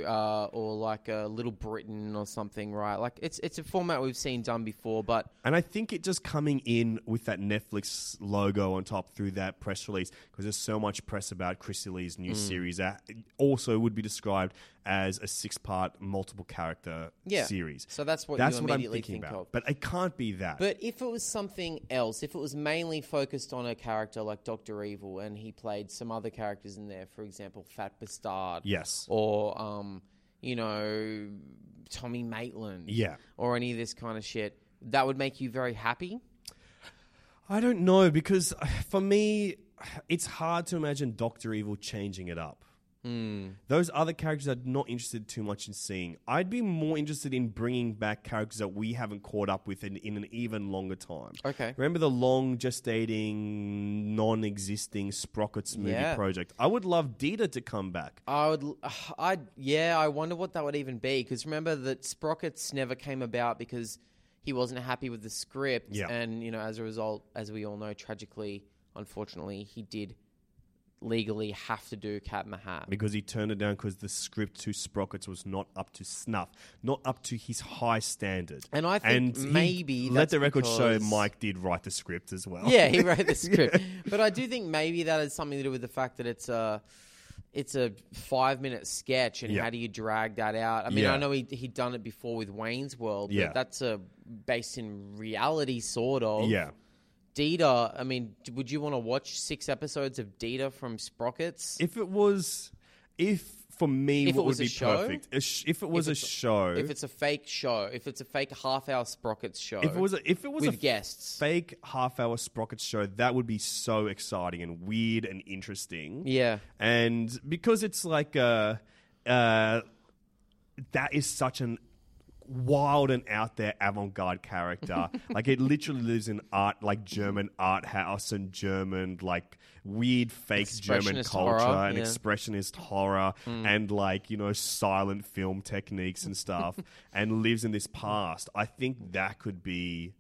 Speaker 2: uh, or like a Little Britain or something, right? Like it's it's a format we've seen done before, but
Speaker 3: and I think it just coming in with that Netflix logo on top through that press release, because there's so much press about Chrissy Lee's
Speaker 2: Mm.
Speaker 3: new series that also would be described as a six part, multiple character
Speaker 2: Yeah.
Speaker 3: series.
Speaker 2: So that's what you immediately think
Speaker 3: about.
Speaker 2: of.
Speaker 3: But it can't be that.
Speaker 2: But if it was something else, if it was mainly focused on a character like Doctor Evil, and he played some other characters in there, for example, Fat Bastard,
Speaker 3: Yes.
Speaker 2: or um, you know, Tommy Maitland,
Speaker 3: Yeah.
Speaker 2: or any of this kind of shit, that would make you very happy.
Speaker 3: I don't know because uh, for me, it's hard to imagine Doctor Evil changing it up.
Speaker 2: Hmm.
Speaker 3: Those other characters I'm not interested too much in seeing. I'd be more interested in bringing back characters that we haven't caught up with in, in an even longer time.
Speaker 2: Okay.
Speaker 3: Remember the long gestating, non-existing Sprockets movie
Speaker 2: Yeah.
Speaker 3: project? I would love Dita to come back.
Speaker 2: I would, I yeah, I wonder what that would even be because remember that Sprockets never came about because he wasn't happy with the script,
Speaker 3: Yeah.
Speaker 2: and you know, as a result, as we all know, tragically, unfortunately, he did legally have to do Cat Mahab.
Speaker 3: because he turned it down because the script to Sprockets was not up to snuff, not up to his high standard.
Speaker 2: And I think
Speaker 3: he-
Speaker 2: maybe
Speaker 3: let
Speaker 2: that's
Speaker 3: the record show
Speaker 2: because-
Speaker 3: Mike did write the script as well.
Speaker 2: Yeah, he wrote the script. But I do think maybe that has something to do with the fact that it's a it's a five minute sketch, and
Speaker 3: Yeah.
Speaker 2: how do you drag that out? I mean,
Speaker 3: Yeah.
Speaker 2: I know he he'd done it before with Wayne's World, but
Speaker 3: Yeah.
Speaker 2: that's a based in reality, sort of.
Speaker 3: yeah.
Speaker 2: Dita. I mean, d- would you want to watch six episodes of Dita from Sprockets?
Speaker 3: If it was, if for me,
Speaker 2: If
Speaker 3: what
Speaker 2: it was
Speaker 3: would
Speaker 2: a
Speaker 3: be
Speaker 2: show?
Speaker 3: perfect? A sh- if it was a
Speaker 2: it's a-
Speaker 3: show,
Speaker 2: If it's a fake show, if it's a fake half hour Sprockets show,
Speaker 3: if it was, a, if it was
Speaker 2: with
Speaker 3: a
Speaker 2: guests,
Speaker 3: fake half-hour Sprockets show, that would be so exciting and weird and interesting.
Speaker 2: yeah.
Speaker 3: and because it's like uh, uh, that is such an wild and out there avant-garde character like it literally lives in art like german art house and german like weird fake german
Speaker 2: Expressionist
Speaker 3: culture
Speaker 2: horror,
Speaker 3: and
Speaker 2: yeah. Hmm.
Speaker 3: expressionist horror and like you know silent film techniques and stuff and lives in this past i think that could be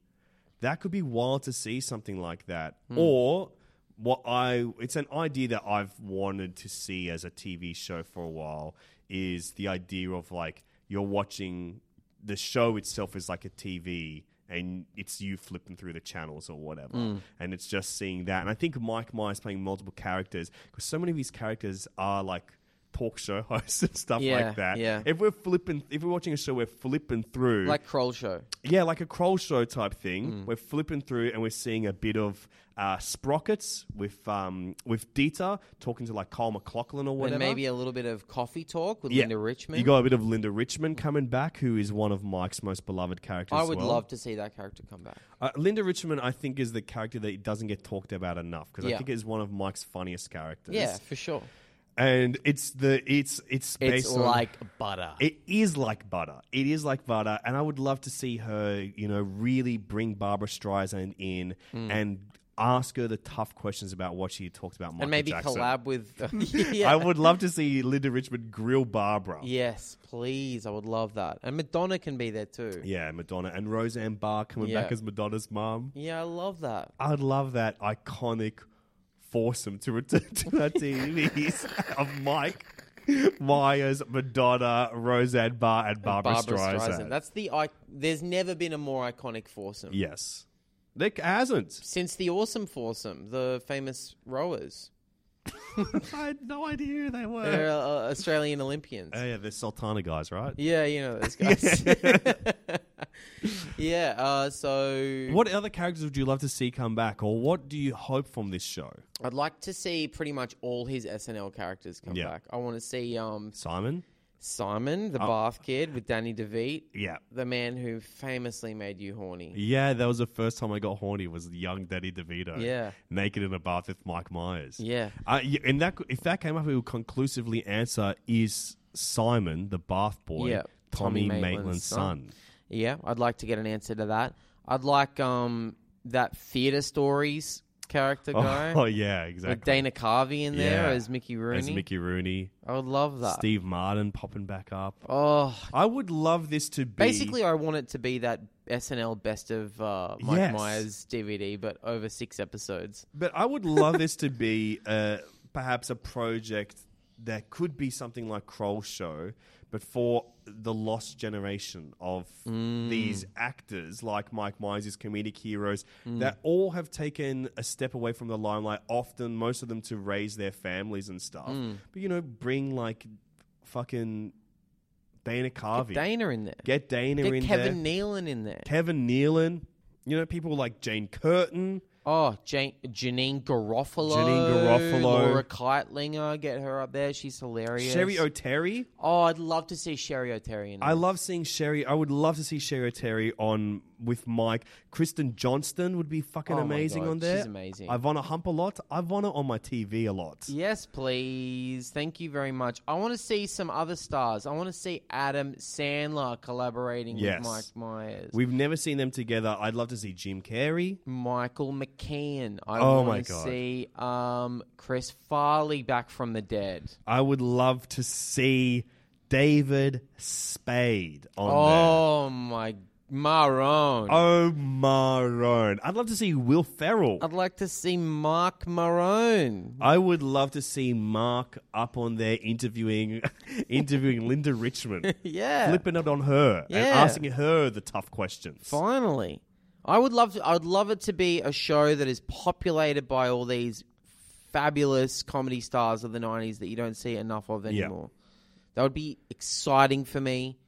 Speaker 3: that could be wild to see something like that
Speaker 2: Hmm.
Speaker 3: or what i it's an idea that i've wanted to see as a tv show for a while is the idea of like you're watching the show itself is like a tv and it's you flipping through the channels or whatever
Speaker 2: Hmm.
Speaker 3: and it's just seeing that and i think mike myers playing multiple characters because so many of his characters are like talk show hosts and stuff
Speaker 2: Yeah,
Speaker 3: like that
Speaker 2: yeah.
Speaker 3: if we're flipping if we're watching a show we're flipping through
Speaker 2: Like Kroll show.
Speaker 3: yeah, like a Kroll show type thing.
Speaker 2: Mm.
Speaker 3: We're flipping through and we're seeing a bit of uh, Sprockets with um, with Dieter talking to like Kyle McLaughlin or whatever.
Speaker 2: And maybe a little bit of coffee talk with
Speaker 3: yeah.
Speaker 2: Linda Richmond.
Speaker 3: You got a bit of Linda Richmond coming back, who is one of Mike's most beloved characters.
Speaker 2: I
Speaker 3: as
Speaker 2: would
Speaker 3: well.
Speaker 2: love to see that character come back.
Speaker 3: Uh, Linda Richmond, I think, is the character that doesn't get talked about enough because I
Speaker 2: Yeah.
Speaker 3: think it's one of Mike's funniest characters.
Speaker 2: Yeah, for sure.
Speaker 3: and it's the it's it's based
Speaker 2: It's
Speaker 3: on-
Speaker 2: like butter.
Speaker 3: It is like butter. It is like butter, and I would love to see her, you know, really bring Barbara Streisand in
Speaker 2: Hmm.
Speaker 3: and ask her the tough questions about what she talked about. Michael
Speaker 2: and maybe
Speaker 3: Jackson.
Speaker 2: collab with. yeah.
Speaker 3: I would love to see Linda Richmond grill Barbara.
Speaker 2: Yes, please. I would love that. And Madonna can be there too. Yeah,
Speaker 3: Yeah, Madonna and Roseanne Barr coming
Speaker 2: Yeah.
Speaker 3: back as Madonna's mom.
Speaker 2: I love that.
Speaker 3: I'd love that iconic foursome to return to our TVs of Mike, Myers, Madonna, Roseanne Barr, and Barbara,
Speaker 2: Barbara
Speaker 3: Streisand.
Speaker 2: Streisand. That's the. I- There's never been a more iconic foursome
Speaker 3: yes. Nick hasn't.
Speaker 2: since the awesome foursome, the famous rowers.
Speaker 3: I had no idea who they
Speaker 2: They're
Speaker 3: were.
Speaker 2: uh, Australian Olympians.
Speaker 3: Oh, yeah, the Sultana guys, right?
Speaker 2: yeah, you know those guys. yeah. Uh, so
Speaker 3: What other characters would you love to see come back, or what do you hope from this show?
Speaker 2: I'd like to see pretty much all his SNL characters come
Speaker 3: Yeah.
Speaker 2: back. I want to see um,
Speaker 3: Simon?
Speaker 2: Simon, the bath kid with Danny DeVito,
Speaker 3: Oh. Yeah.
Speaker 2: the man who famously made you horny.
Speaker 3: Yeah, that was the first time I got horny was young Danny DeVito.
Speaker 2: Yeah.
Speaker 3: Naked in a bath with Mike Myers.
Speaker 2: Yeah.
Speaker 3: Uh, y- and that if that came up, it would conclusively answer is Simon, the bath boy,
Speaker 2: Yeah.
Speaker 3: Tommy,
Speaker 2: Tommy
Speaker 3: Maitland's,
Speaker 2: Maitland's
Speaker 3: son.
Speaker 2: son. Yeah, I'd like to get an answer to that. I'd like um that theater stories character guy
Speaker 3: Oh, yeah, exactly.
Speaker 2: with Dana Carvey in there
Speaker 3: Yeah.
Speaker 2: as Mickey Rooney.
Speaker 3: As Mickey Rooney.
Speaker 2: I would love that.
Speaker 3: Steve Martin popping back up.
Speaker 2: Oh,
Speaker 3: I would love this to be
Speaker 2: basically, I want it to be that SNL best of uh, Mike
Speaker 3: Yes.
Speaker 2: Myers DVD, but over six episodes.
Speaker 3: But I would love this to be uh, perhaps a project that could be something like Kroll Show, but for the lost generation of
Speaker 2: Mm.
Speaker 3: these actors, like Mike Myers, as comedic heroes,
Speaker 2: Mm.
Speaker 3: that all have taken a step away from the limelight, often, most of them to raise their families and stuff.
Speaker 2: Mm.
Speaker 3: But, you know, bring like fucking Dana Carvey.
Speaker 2: Dana in there.
Speaker 3: Get Dana
Speaker 2: Get
Speaker 3: in
Speaker 2: Kevin
Speaker 3: there.
Speaker 2: Nealon in there.
Speaker 3: Kevin Nealon. You know, people like Jane Curtin.
Speaker 2: Oh, Jane, Janine Garofalo.
Speaker 3: Janine Garofalo.
Speaker 2: Laura Keitlinger. Get her up there. She's hilarious.
Speaker 3: Sherry O'Terry.
Speaker 2: Oh, I'd love to see Sherry O'Terry in there.
Speaker 3: I love seeing Sherry. I would love to see Sherry Terry on with Mike. Kristen Johnston would be fucking
Speaker 2: Oh my
Speaker 3: amazing
Speaker 2: God,
Speaker 3: on there.
Speaker 2: she's amazing.
Speaker 3: Ivana Hump a lot. Ivana on my TV a lot.
Speaker 2: Yes, please. Thank you very much. I want to see some other stars. I want to see Adam Sandler collaborating
Speaker 3: Yes.
Speaker 2: with Mike Myers.
Speaker 3: We've never seen them together. I'd love to see Jim Carrey.
Speaker 2: Michael McCann. I
Speaker 3: Oh my
Speaker 2: want to
Speaker 3: God.
Speaker 2: see um, Chris Farley back from the dead.
Speaker 3: I would love to see David Spade on there.
Speaker 2: Oh my Marone.
Speaker 3: Oh my own. I'd love to see Will Ferrell.
Speaker 2: I'd like to see Mark Marone.
Speaker 3: I would love to see Mark up on there interviewing interviewing Linda Richmond.
Speaker 2: Yeah.
Speaker 3: flipping it on her and
Speaker 2: Yeah.
Speaker 3: asking her the tough questions.
Speaker 2: Finally. I would love to, I would love it to be a show that is populated by all these fabulous comedy stars of the 90s that you don't see enough of
Speaker 3: Yeah.
Speaker 2: anymore. That would be exciting for me.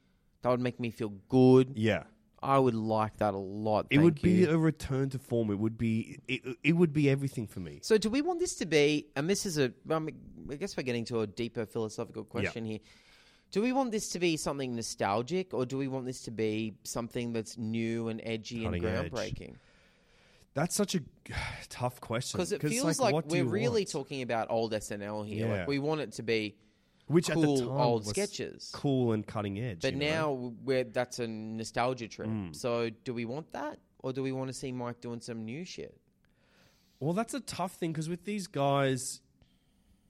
Speaker 2: That would make me feel good.
Speaker 3: Yeah.
Speaker 2: I would like that a lot.
Speaker 3: It would
Speaker 2: thank
Speaker 3: be
Speaker 2: you.
Speaker 3: a return to form. It would be it, it would be everything for me.
Speaker 2: So, do we want this to be? And this is a. Um, I guess we're getting to a deeper philosophical question here. Do we want this to be something nostalgic, or do we want this to be something that's new and edgy
Speaker 3: Cutting edge.
Speaker 2: and groundbreaking?
Speaker 3: That's such a tough question
Speaker 2: Because it feels like,
Speaker 3: what do
Speaker 2: we're
Speaker 3: you
Speaker 2: really
Speaker 3: want?
Speaker 2: talking about old SNL here.
Speaker 3: Yeah.
Speaker 2: Like we want it to be,
Speaker 3: which
Speaker 2: cool
Speaker 3: at the time
Speaker 2: old
Speaker 3: was
Speaker 2: sketches.
Speaker 3: cool and cutting edge.
Speaker 2: but
Speaker 3: you know?
Speaker 2: now we're that's a nostalgia trip.
Speaker 3: Mm.
Speaker 2: So, do we want that, or do we want to see Mike doing some new shit?
Speaker 3: Well, that's a tough thing because with these guys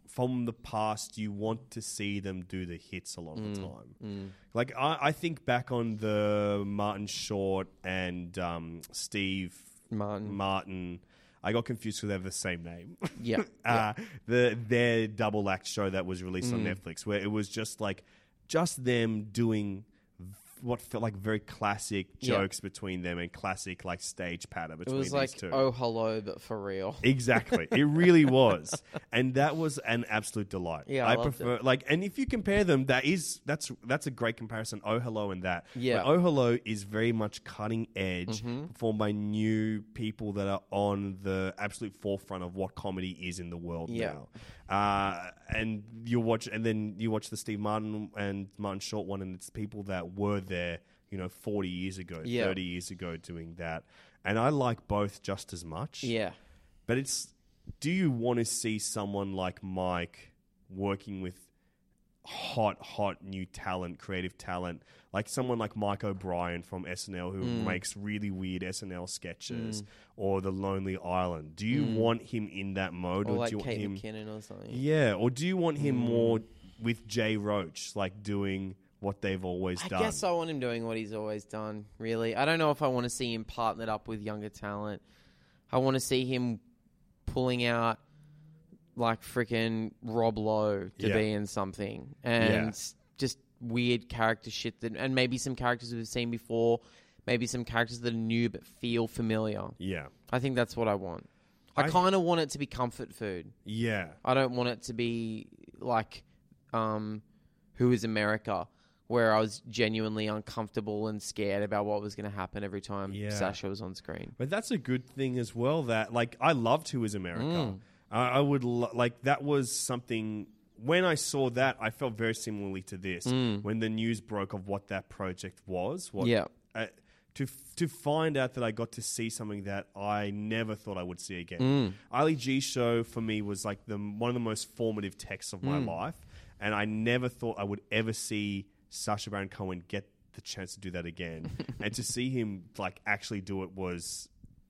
Speaker 3: from the past, you want to see them do the hits a lot of
Speaker 2: Mm,
Speaker 3: the time. Like, I, I think back on the Martin Short and um, Steve
Speaker 2: Martin.
Speaker 3: Martin. I got confused because they have the same name.
Speaker 2: Yeah, Mm.
Speaker 3: uh, the their double act show that was released on Netflix, where it was just like just them doing v- what felt like very classic
Speaker 2: Yeah.
Speaker 3: jokes between them and classic like stage patter
Speaker 2: It
Speaker 3: between
Speaker 2: was
Speaker 3: these
Speaker 2: like,
Speaker 3: two.
Speaker 2: oh hello, but for real.
Speaker 3: Exactly. It really was. and that was an absolute delight.
Speaker 2: Yeah, I loved
Speaker 3: prefer like and if you compare them, that is that's that's a great comparison. Oh hello and that.
Speaker 2: Yeah. Mm-hmm.
Speaker 3: But oh hello is very much cutting edge, performed by new people that are on the absolute forefront of what comedy is in the world
Speaker 2: Yeah.
Speaker 3: now. Uh, and you watch and then you watch the Steve Martin and Martin Short one and it's people that were there, you know, forty years ago,
Speaker 2: Yeah.
Speaker 3: thirty years ago doing that. And I like both just as much.
Speaker 2: yeah,
Speaker 3: But it's do you want to see someone like Mike working with hot, hot new talent, creative talent, like someone like Mike O'Brien from SNL who
Speaker 2: Mm.
Speaker 3: makes really weird SNL sketches or The Lonely Island? Do you want him in that mode
Speaker 2: Mm. or
Speaker 3: do
Speaker 2: like Mm.
Speaker 3: you want
Speaker 2: Kate
Speaker 3: him
Speaker 2: McKinnon or something.
Speaker 3: Yeah, or do you want him more with Jay Roach, like doing what they've always
Speaker 2: I
Speaker 3: done?
Speaker 2: guess I want him doing what he's always done, really. I don't know if I want to see him partnered up with younger talent. I want to see him pulling out like freaking Rob Lowe to
Speaker 3: Yeah.
Speaker 2: be in something, and
Speaker 3: Yeah.
Speaker 2: just weird character shit that, and maybe some characters we've seen before, maybe some characters that are new but feel familiar.
Speaker 3: Yeah.
Speaker 2: I think that's what I want. I,
Speaker 3: I-
Speaker 2: kind of want it to be comfort food.
Speaker 3: Yeah.
Speaker 2: I don't want it to be like um, Who is America, where I was genuinely uncomfortable and scared about what was going to happen every time
Speaker 3: Yeah.
Speaker 2: Sasha was on screen.
Speaker 3: But that's a good thing as well. That like I loved Who Is America. I, I would lo- like that was something. When I saw that, I felt very similarly to this when the news broke of what that project was. What,
Speaker 2: Yeah.
Speaker 3: I- to f- to find out that I got to see something that I never ththought I would see again. Ali G show for me was like the one of the most formative texts of my life, and I never thought I would ever see Sacha Baron Cohen get the chance to do that again, and to see him like actually do it was.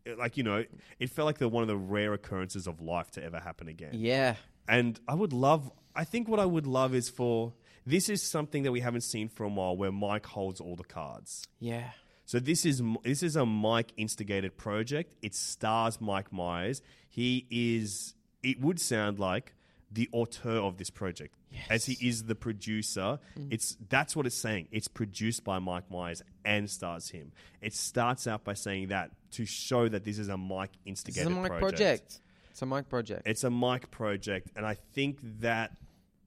Speaker 3: it- Like you know, it felt like the one of the rare occurrences of life to ever happen again.
Speaker 2: Yeah.
Speaker 3: And I would love, I think what I would love is for this is something that we haven't seen for a while where Mike holds all the cards.
Speaker 2: Yeah.
Speaker 3: So this is this is a Mike instigated project. It stars Mike Myers. He is it would sound like the auteur of this project. As he is the producer, it's that's what it's saying. It's produced by Mike Myers and stars him. It starts out by saying that to show that this is a Mike
Speaker 2: This is
Speaker 3: instigated
Speaker 2: a Mike project.
Speaker 3: project.
Speaker 2: It's a Mike project.
Speaker 3: It's a mic project, and I think that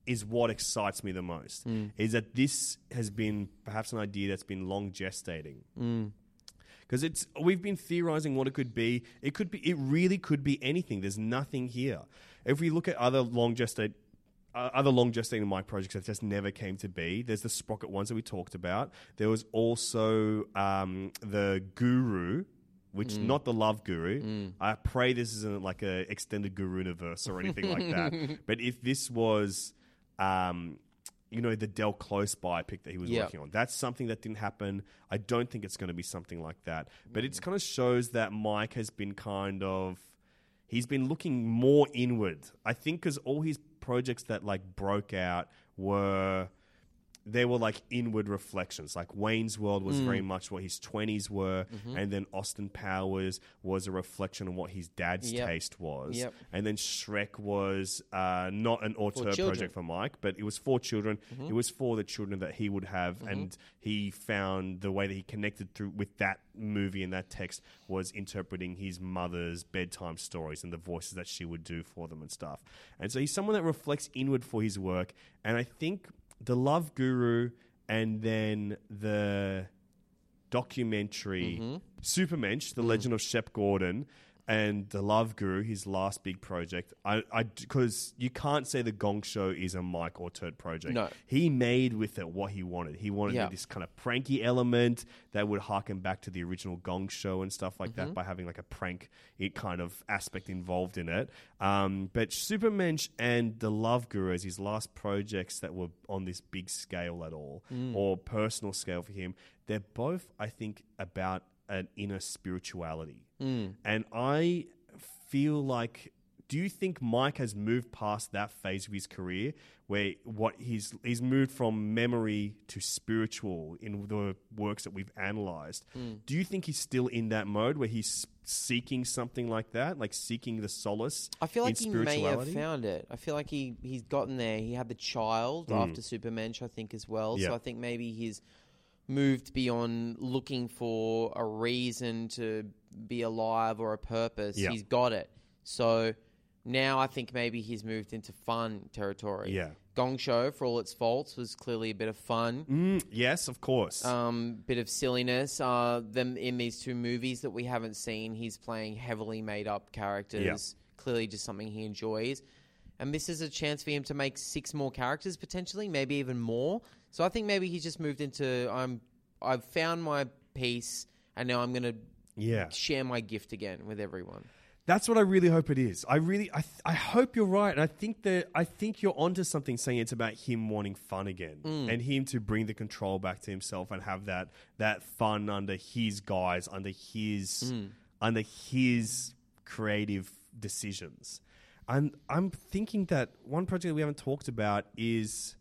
Speaker 3: is what excites me the most. Is that this has been perhaps an idea that's been long gestating. Because it's we've been theorizing what it could be. It could be. It really could be anything. There's nothing here. If we look at other long gestate, uh, other long gestating mic projects that just never came to be. There's the Sprocket ones that we talked about. There was also um, the Guru, which not the Love Guru. I pray this isn't like a extended Guru universe or anything like that. But if this was. Um, you know the Del Close biopic that he was
Speaker 2: Yeah.
Speaker 3: working on. That's something that didn't happen. I don't think it's going to be something like that. But it's kind of shows that Mike has been kind of he's been looking more inward. I think because all his projects that like broke out were they were like inward reflections. Like Wayne's World was
Speaker 2: Mm.
Speaker 3: very much what his twenties were,
Speaker 2: Mm-hmm.
Speaker 3: and then Austin Powers was a reflection on what his dad's
Speaker 2: Yep.
Speaker 3: taste was,
Speaker 2: Yep.
Speaker 3: and then Shrek was uh, not an auteur
Speaker 2: children.
Speaker 3: project for Mike, but it was for children. It was for the children that he would have, and he found the way that he connected through with that movie and that text was interpreting his mother's bedtime stories and the voices that she would do for them and stuff. And so he's someone that reflects inward for his work, and I think the Love Guru and then the documentary Supermensch, The Legend of Shep Gordon, and The Love Guru, his last big project. I because you can't say the Gong Show is a Mike or Turt project.
Speaker 2: No.
Speaker 3: He made with it what he wanted. He wanted
Speaker 2: Yeah.
Speaker 3: this kind of pranky element that would harken back to the original Gong Show and stuff like that by having like a prank it kind of aspect involved in it. Um, but Supermensch and The Love Guru as his last projects that were on this big scale at all or personal scale for him, they're both, I think, about an inner spirituality. And I feel like do you think Mike has moved past that phase of his career where what he's he's moved from memory to spiritual in the works that we've analyzed?
Speaker 2: Hmm.
Speaker 3: Do you think he's still in that mode where he's seeking something like that, like seeking the solace?
Speaker 2: I feel
Speaker 3: in
Speaker 2: like he may have
Speaker 3: spirituality?
Speaker 2: found it. I feel like he he's gotten there. He had the child after Supermensch, I think, as well.
Speaker 3: Hmm. Yeah.
Speaker 2: So I think maybe he's moved beyond looking for a reason to be alive or a purpose.
Speaker 3: Yeah.
Speaker 2: He's got it. So now I think maybe he's moved into fun territory.
Speaker 3: Yeah.
Speaker 2: Gong Show, for all its faults, was clearly a bit of fun
Speaker 3: Mm, yes, of course.
Speaker 2: um, bit of silliness. Uh, them in these two movies that we haven't seen, he's playing heavily made up characters. Clearly, just something he enjoys. And this is a chance for him to make six more characters potentially, maybe even more. So I think maybe he's just moved into I'm I've found my piece, and now I'm gonna
Speaker 3: yeah.
Speaker 2: share my gift again with everyone.
Speaker 3: That's what I really hope it is. I really, I, th- I hope you're right, and I think that I think you're onto something. Saying it's about him wanting fun again, and him to bring the control back to himself and have that that fun under his guise, under his under his creative decisions. I'm I'm thinking that one project we haven't talked about is.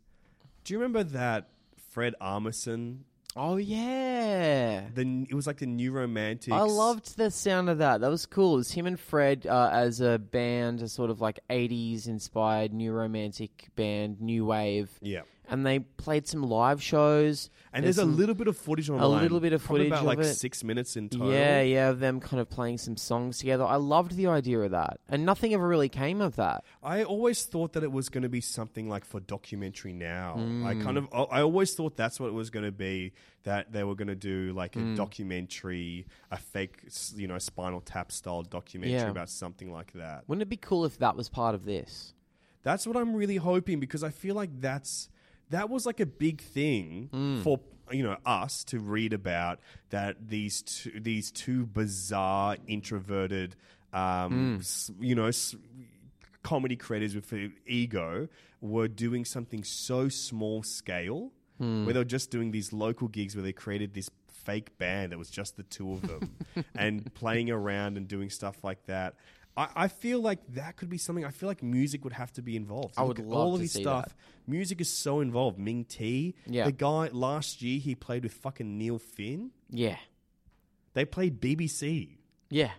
Speaker 3: Do you remember that Fred Armisen
Speaker 2: Oh yeah.
Speaker 3: The it was like the new romantics.
Speaker 2: I loved the sound of that. That was cool. It was him and Fred uh, as a band, a sort of like 80s inspired new romantic band, new wave.
Speaker 3: Yeah.
Speaker 2: And they played some live shows.
Speaker 3: And there's, a
Speaker 2: some-
Speaker 3: little bit of footage online.
Speaker 2: little bit of
Speaker 3: probably
Speaker 2: footage
Speaker 3: about
Speaker 2: of
Speaker 3: like
Speaker 2: it.
Speaker 3: six minutes in total.
Speaker 2: Yeah, yeah, of them kind of playing some songs together. I loved the idea of that. And nothing ever really came of that.
Speaker 3: I always thought that it was going to be something like for documentary now. I
Speaker 2: Mm.
Speaker 3: kind of, I I always thought that's what it was going to be. That they were going to do like
Speaker 2: Mm.
Speaker 3: a documentary, a fake, s- you know, Spinal Tap style documentary
Speaker 2: Yeah.
Speaker 3: about something like that.
Speaker 2: Wouldn't it be cool if that was part of this?
Speaker 3: That's what I'm really hoping because I feel like that's that was like a big thing for you know us to read about that these two, these two bizarre introverted um s- you know s- comedy creators with an ego were doing something so small scale
Speaker 2: Hmm.
Speaker 3: where they were just doing these local gigs where they created this fake band that was just the two of them and playing around and doing stuff like that. I, I feel like that could be something. I feel like music would have to be involved.
Speaker 2: I would
Speaker 3: at
Speaker 2: love
Speaker 3: all of
Speaker 2: to
Speaker 3: his
Speaker 2: see
Speaker 3: stuff.
Speaker 2: that.
Speaker 3: Music is so involved. Ming T,
Speaker 2: Yeah.
Speaker 3: the guy last year he played with fucking Neil Finn.
Speaker 2: Yeah.
Speaker 3: They played BBC.
Speaker 2: Yeah.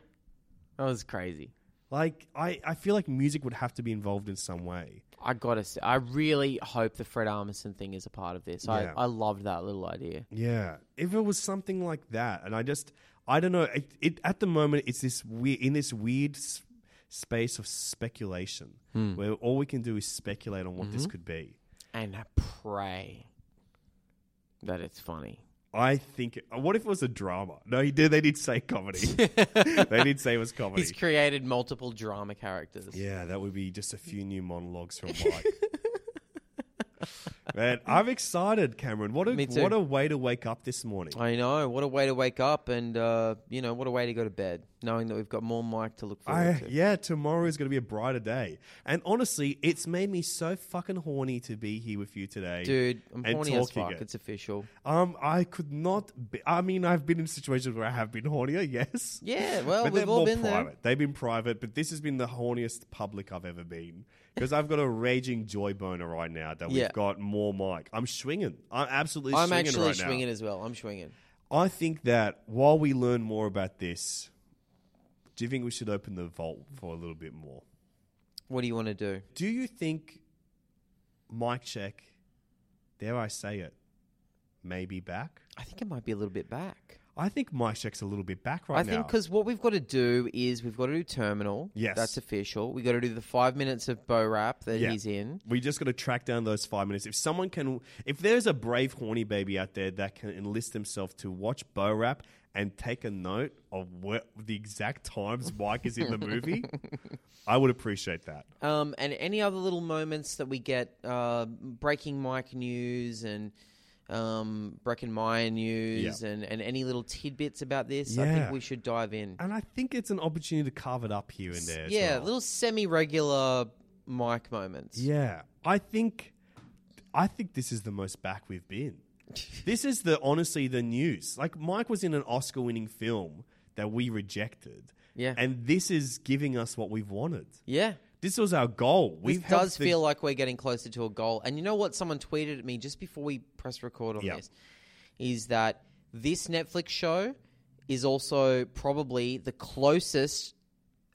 Speaker 2: That was crazy.
Speaker 3: Like I, I feel like music would have to be involved in some way.
Speaker 2: I gotta. Say, I really hope the Fred Armisen thing is a part of this.
Speaker 3: Yeah.
Speaker 2: I, I loved that little idea.
Speaker 3: Yeah, if it was something like that, and I just, I don't know. It, it at the moment, it's this weird in this weird s- space of speculation
Speaker 2: Hmm.
Speaker 3: where all we can do is speculate on what this
Speaker 2: Mm-hmm.
Speaker 3: could be.
Speaker 2: and I pray that it's funny.
Speaker 3: I think. uh, What if it was a drama? No, he did. They did say comedy. they did say it was comedy.
Speaker 2: He's created multiple drama characters.
Speaker 3: Yeah, that would be just a few new monologues from Mike. Man, I'm excited, Cameron. What a
Speaker 2: Me too.
Speaker 3: what a way to wake up this morning.
Speaker 2: I know. What a way to wake up, and uh, you know, what a way to go to bed, knowing that we've got more Mike to look forward
Speaker 3: I,
Speaker 2: to.
Speaker 3: yeah, tomorrow is going to be a brighter day. And honestly, it's made me so fucking horny to be here with you today.
Speaker 2: Dude, I'm
Speaker 3: and
Speaker 2: horny as
Speaker 3: talking
Speaker 2: fuck.
Speaker 3: it.
Speaker 2: It's official.
Speaker 3: um, I could not. Be, I mean, I've been in situations where I have been hornier, yes.
Speaker 2: Yeah, well,
Speaker 3: but
Speaker 2: we've
Speaker 3: they're
Speaker 2: all
Speaker 3: more
Speaker 2: been there.
Speaker 3: private. They've been private, but this has been the horniest public I've ever been because I've got a raging joy boner right now that
Speaker 2: Yeah.
Speaker 3: we've got more mic. I'm swinging. I'm absolutely
Speaker 2: I'm
Speaker 3: swinging
Speaker 2: actually
Speaker 3: right
Speaker 2: swinging
Speaker 3: now.
Speaker 2: as well. I'm swinging.
Speaker 3: I think that while we learn more about this, do you think we should open the vault for a little bit more?
Speaker 2: What do you want to do?
Speaker 3: Do you think Mike Check, dare I say it, may be back?
Speaker 2: I think it might be a little bit back.
Speaker 3: I think Mike Check's a little bit back right
Speaker 2: I
Speaker 3: now.
Speaker 2: think because what we've got to do is we've got to do terminal.
Speaker 3: Yes.
Speaker 2: that's official. We got to do the five minutes of Bo Rap that
Speaker 3: Yeah.
Speaker 2: he's in.
Speaker 3: We just got to track down those five minutes. If someone can, if there's a brave horny baby out there that can enlist themselves to watch Bo Rap and take a note of what the exact times Mike is in the movie, I would appreciate that.
Speaker 2: Um, and any other little moments that we get, uh, breaking mic news and um, Brecken Meyer news and, and any little tidbits about this, I think
Speaker 3: Yeah.
Speaker 2: we should dive in.
Speaker 3: And I think it's an opportunity to carve it up here and there. as
Speaker 2: yeah,
Speaker 3: well.
Speaker 2: little semi regular mic moments.
Speaker 3: Yeah, I think, I think this is the most back we've been. this is the honestly the news. Like Mike was in an Oscar-winning film that we rejected.
Speaker 2: Yeah.
Speaker 3: and this is giving us what we've wanted.
Speaker 2: Yeah.
Speaker 3: This was our goal. We've
Speaker 2: This does
Speaker 3: helped the-
Speaker 2: feel like we're getting closer to a goal. And you know what? Someone tweeted at me just before we press record on
Speaker 3: Yeah.
Speaker 2: this is that this Netflix show is also probably the closest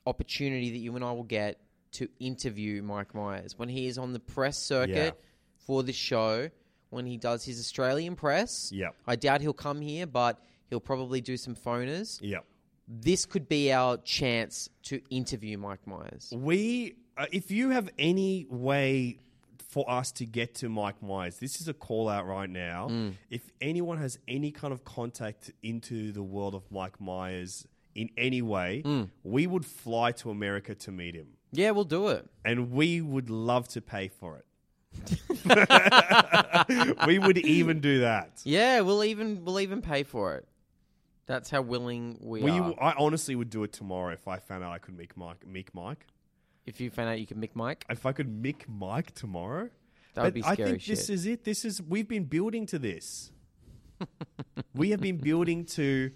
Speaker 2: opportunity that you and I will get to interview Mike Myers when he is on the press circuit
Speaker 3: Yeah.
Speaker 2: for the show. When he does his Australian press,
Speaker 3: Yep.
Speaker 2: I doubt he'll come here, but he'll probably do some phoners.
Speaker 3: Yeah,
Speaker 2: This could be our chance to interview Mike Myers.
Speaker 3: we. Uh, if you have any way for us to get to Mike Myers, this is a call out right now.
Speaker 2: Mm.
Speaker 3: If anyone has any kind of contact into the world of Mike Myers in any way,
Speaker 2: Mm.
Speaker 3: we would fly to America to meet him,
Speaker 2: Yeah, we'll do it.
Speaker 3: and we would love to pay for it. we would even do that.
Speaker 2: Yeah, we'll even we'll even pay for it. That's how willing we,
Speaker 3: We,
Speaker 2: are.
Speaker 3: I honestly would do it tomorrow if I found out I could meet Mike. Meet Mike.
Speaker 2: If you found out you could mic Mike,
Speaker 3: if I could mic Mike tomorrow.
Speaker 2: That would
Speaker 3: But
Speaker 2: be
Speaker 3: I
Speaker 2: scary
Speaker 3: think this
Speaker 2: shit.
Speaker 3: is it. This is we've been building to this. we have been building to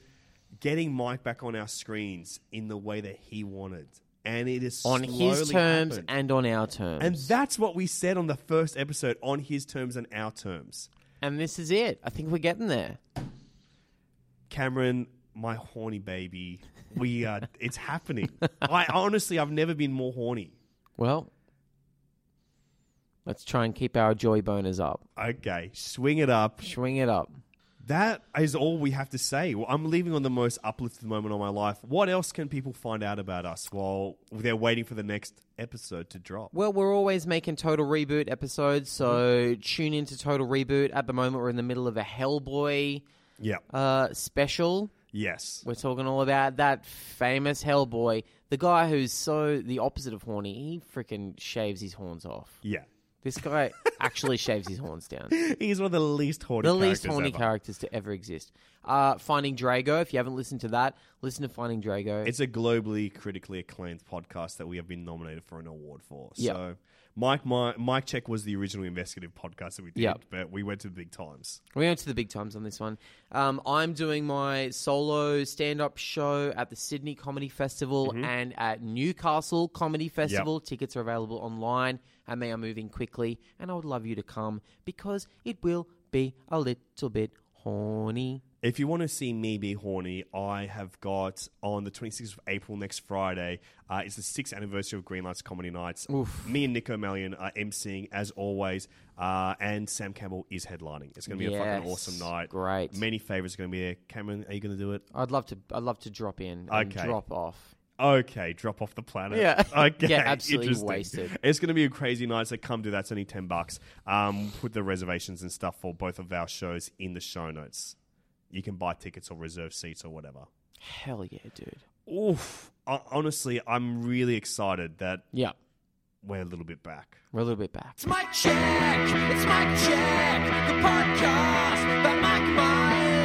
Speaker 3: getting Mike back on our screens in the way that he wanted, and it is
Speaker 2: on his
Speaker 3: slowly
Speaker 2: terms
Speaker 3: happened.
Speaker 2: and on our terms,
Speaker 3: And that's what we said on the first episode on his terms and our terms.
Speaker 2: And this is it. I think we're getting there.
Speaker 3: Cameron, my horny baby. We uh it's happening. I honestly I've never been more horny.
Speaker 2: Well, let's try and keep our joy boners up.
Speaker 3: Okay, swing it up.
Speaker 2: Swing it up.
Speaker 3: That is all we have to say. Well, I'm leaving on the most uplifted moment of my life. What else can people find out about us while they're waiting for the next episode to drop?
Speaker 2: Well, we're always making Total Reboot episodes, so tune in to Total Reboot. At the moment, we're in the middle of a Hellboy
Speaker 3: yeah.
Speaker 2: uh, special.
Speaker 3: yes.
Speaker 2: We're talking all about that famous Hellboy, the guy who's so the opposite of horny. He freaking shaves his horns off.
Speaker 3: Yeah.
Speaker 2: This guy actually shaves his horns down.
Speaker 3: He's one of the least horny
Speaker 2: The least
Speaker 3: characters
Speaker 2: horny
Speaker 3: ever.
Speaker 2: characters to ever exist. Uh, Finding Drago. If you haven't listened to that, listen to Finding Drago.
Speaker 3: It's a globally critically acclaimed podcast that we have been nominated for an award for.
Speaker 2: Yeah.
Speaker 3: So Mike, my, Mike Check was the original investigative podcast that we did,
Speaker 2: Yeah.
Speaker 3: but we went to the big times.
Speaker 2: We went to the big times on this one. Um, I'm doing my solo stand up show at the Sydney Comedy Festival and at Newcastle Comedy Festival. Tickets are available online and they are moving quickly. And I would love you to come because it will be a little bit horny.
Speaker 3: If you want to see me be horny, I have got on the 26th of April next Friday. Uh, it's the sixth anniversary of Greenlights Comedy Nights. Me and Nico Malian are emceeing as always, uh, and Sam Campbell is headlining. It's going to be a fucking
Speaker 2: Yes.
Speaker 3: awesome night.
Speaker 2: Great.
Speaker 3: Many favorites are going to be there. Cameron, are you going to do it?
Speaker 2: I'd love to. I'd love to drop in and
Speaker 3: Okay.
Speaker 2: drop off.
Speaker 3: Okay, drop off the planet.
Speaker 2: Yeah.
Speaker 3: Okay.
Speaker 2: Get absolutely
Speaker 3: interesting.
Speaker 2: wasted.
Speaker 3: It's going to be a crazy night, so come do that. It's only 10 bucks. Um, put the reservations and stuff for both of our shows in the show notes. You can buy tickets or reserve seats or whatever.
Speaker 2: Hell yeah, dude.
Speaker 3: Oof. I, honestly, I'm really excited that
Speaker 2: Yeah,
Speaker 3: we're a little bit back.
Speaker 2: we're a little bit back.
Speaker 1: It's Mike Check. It's Mike Check. The podcast by Mike Myers.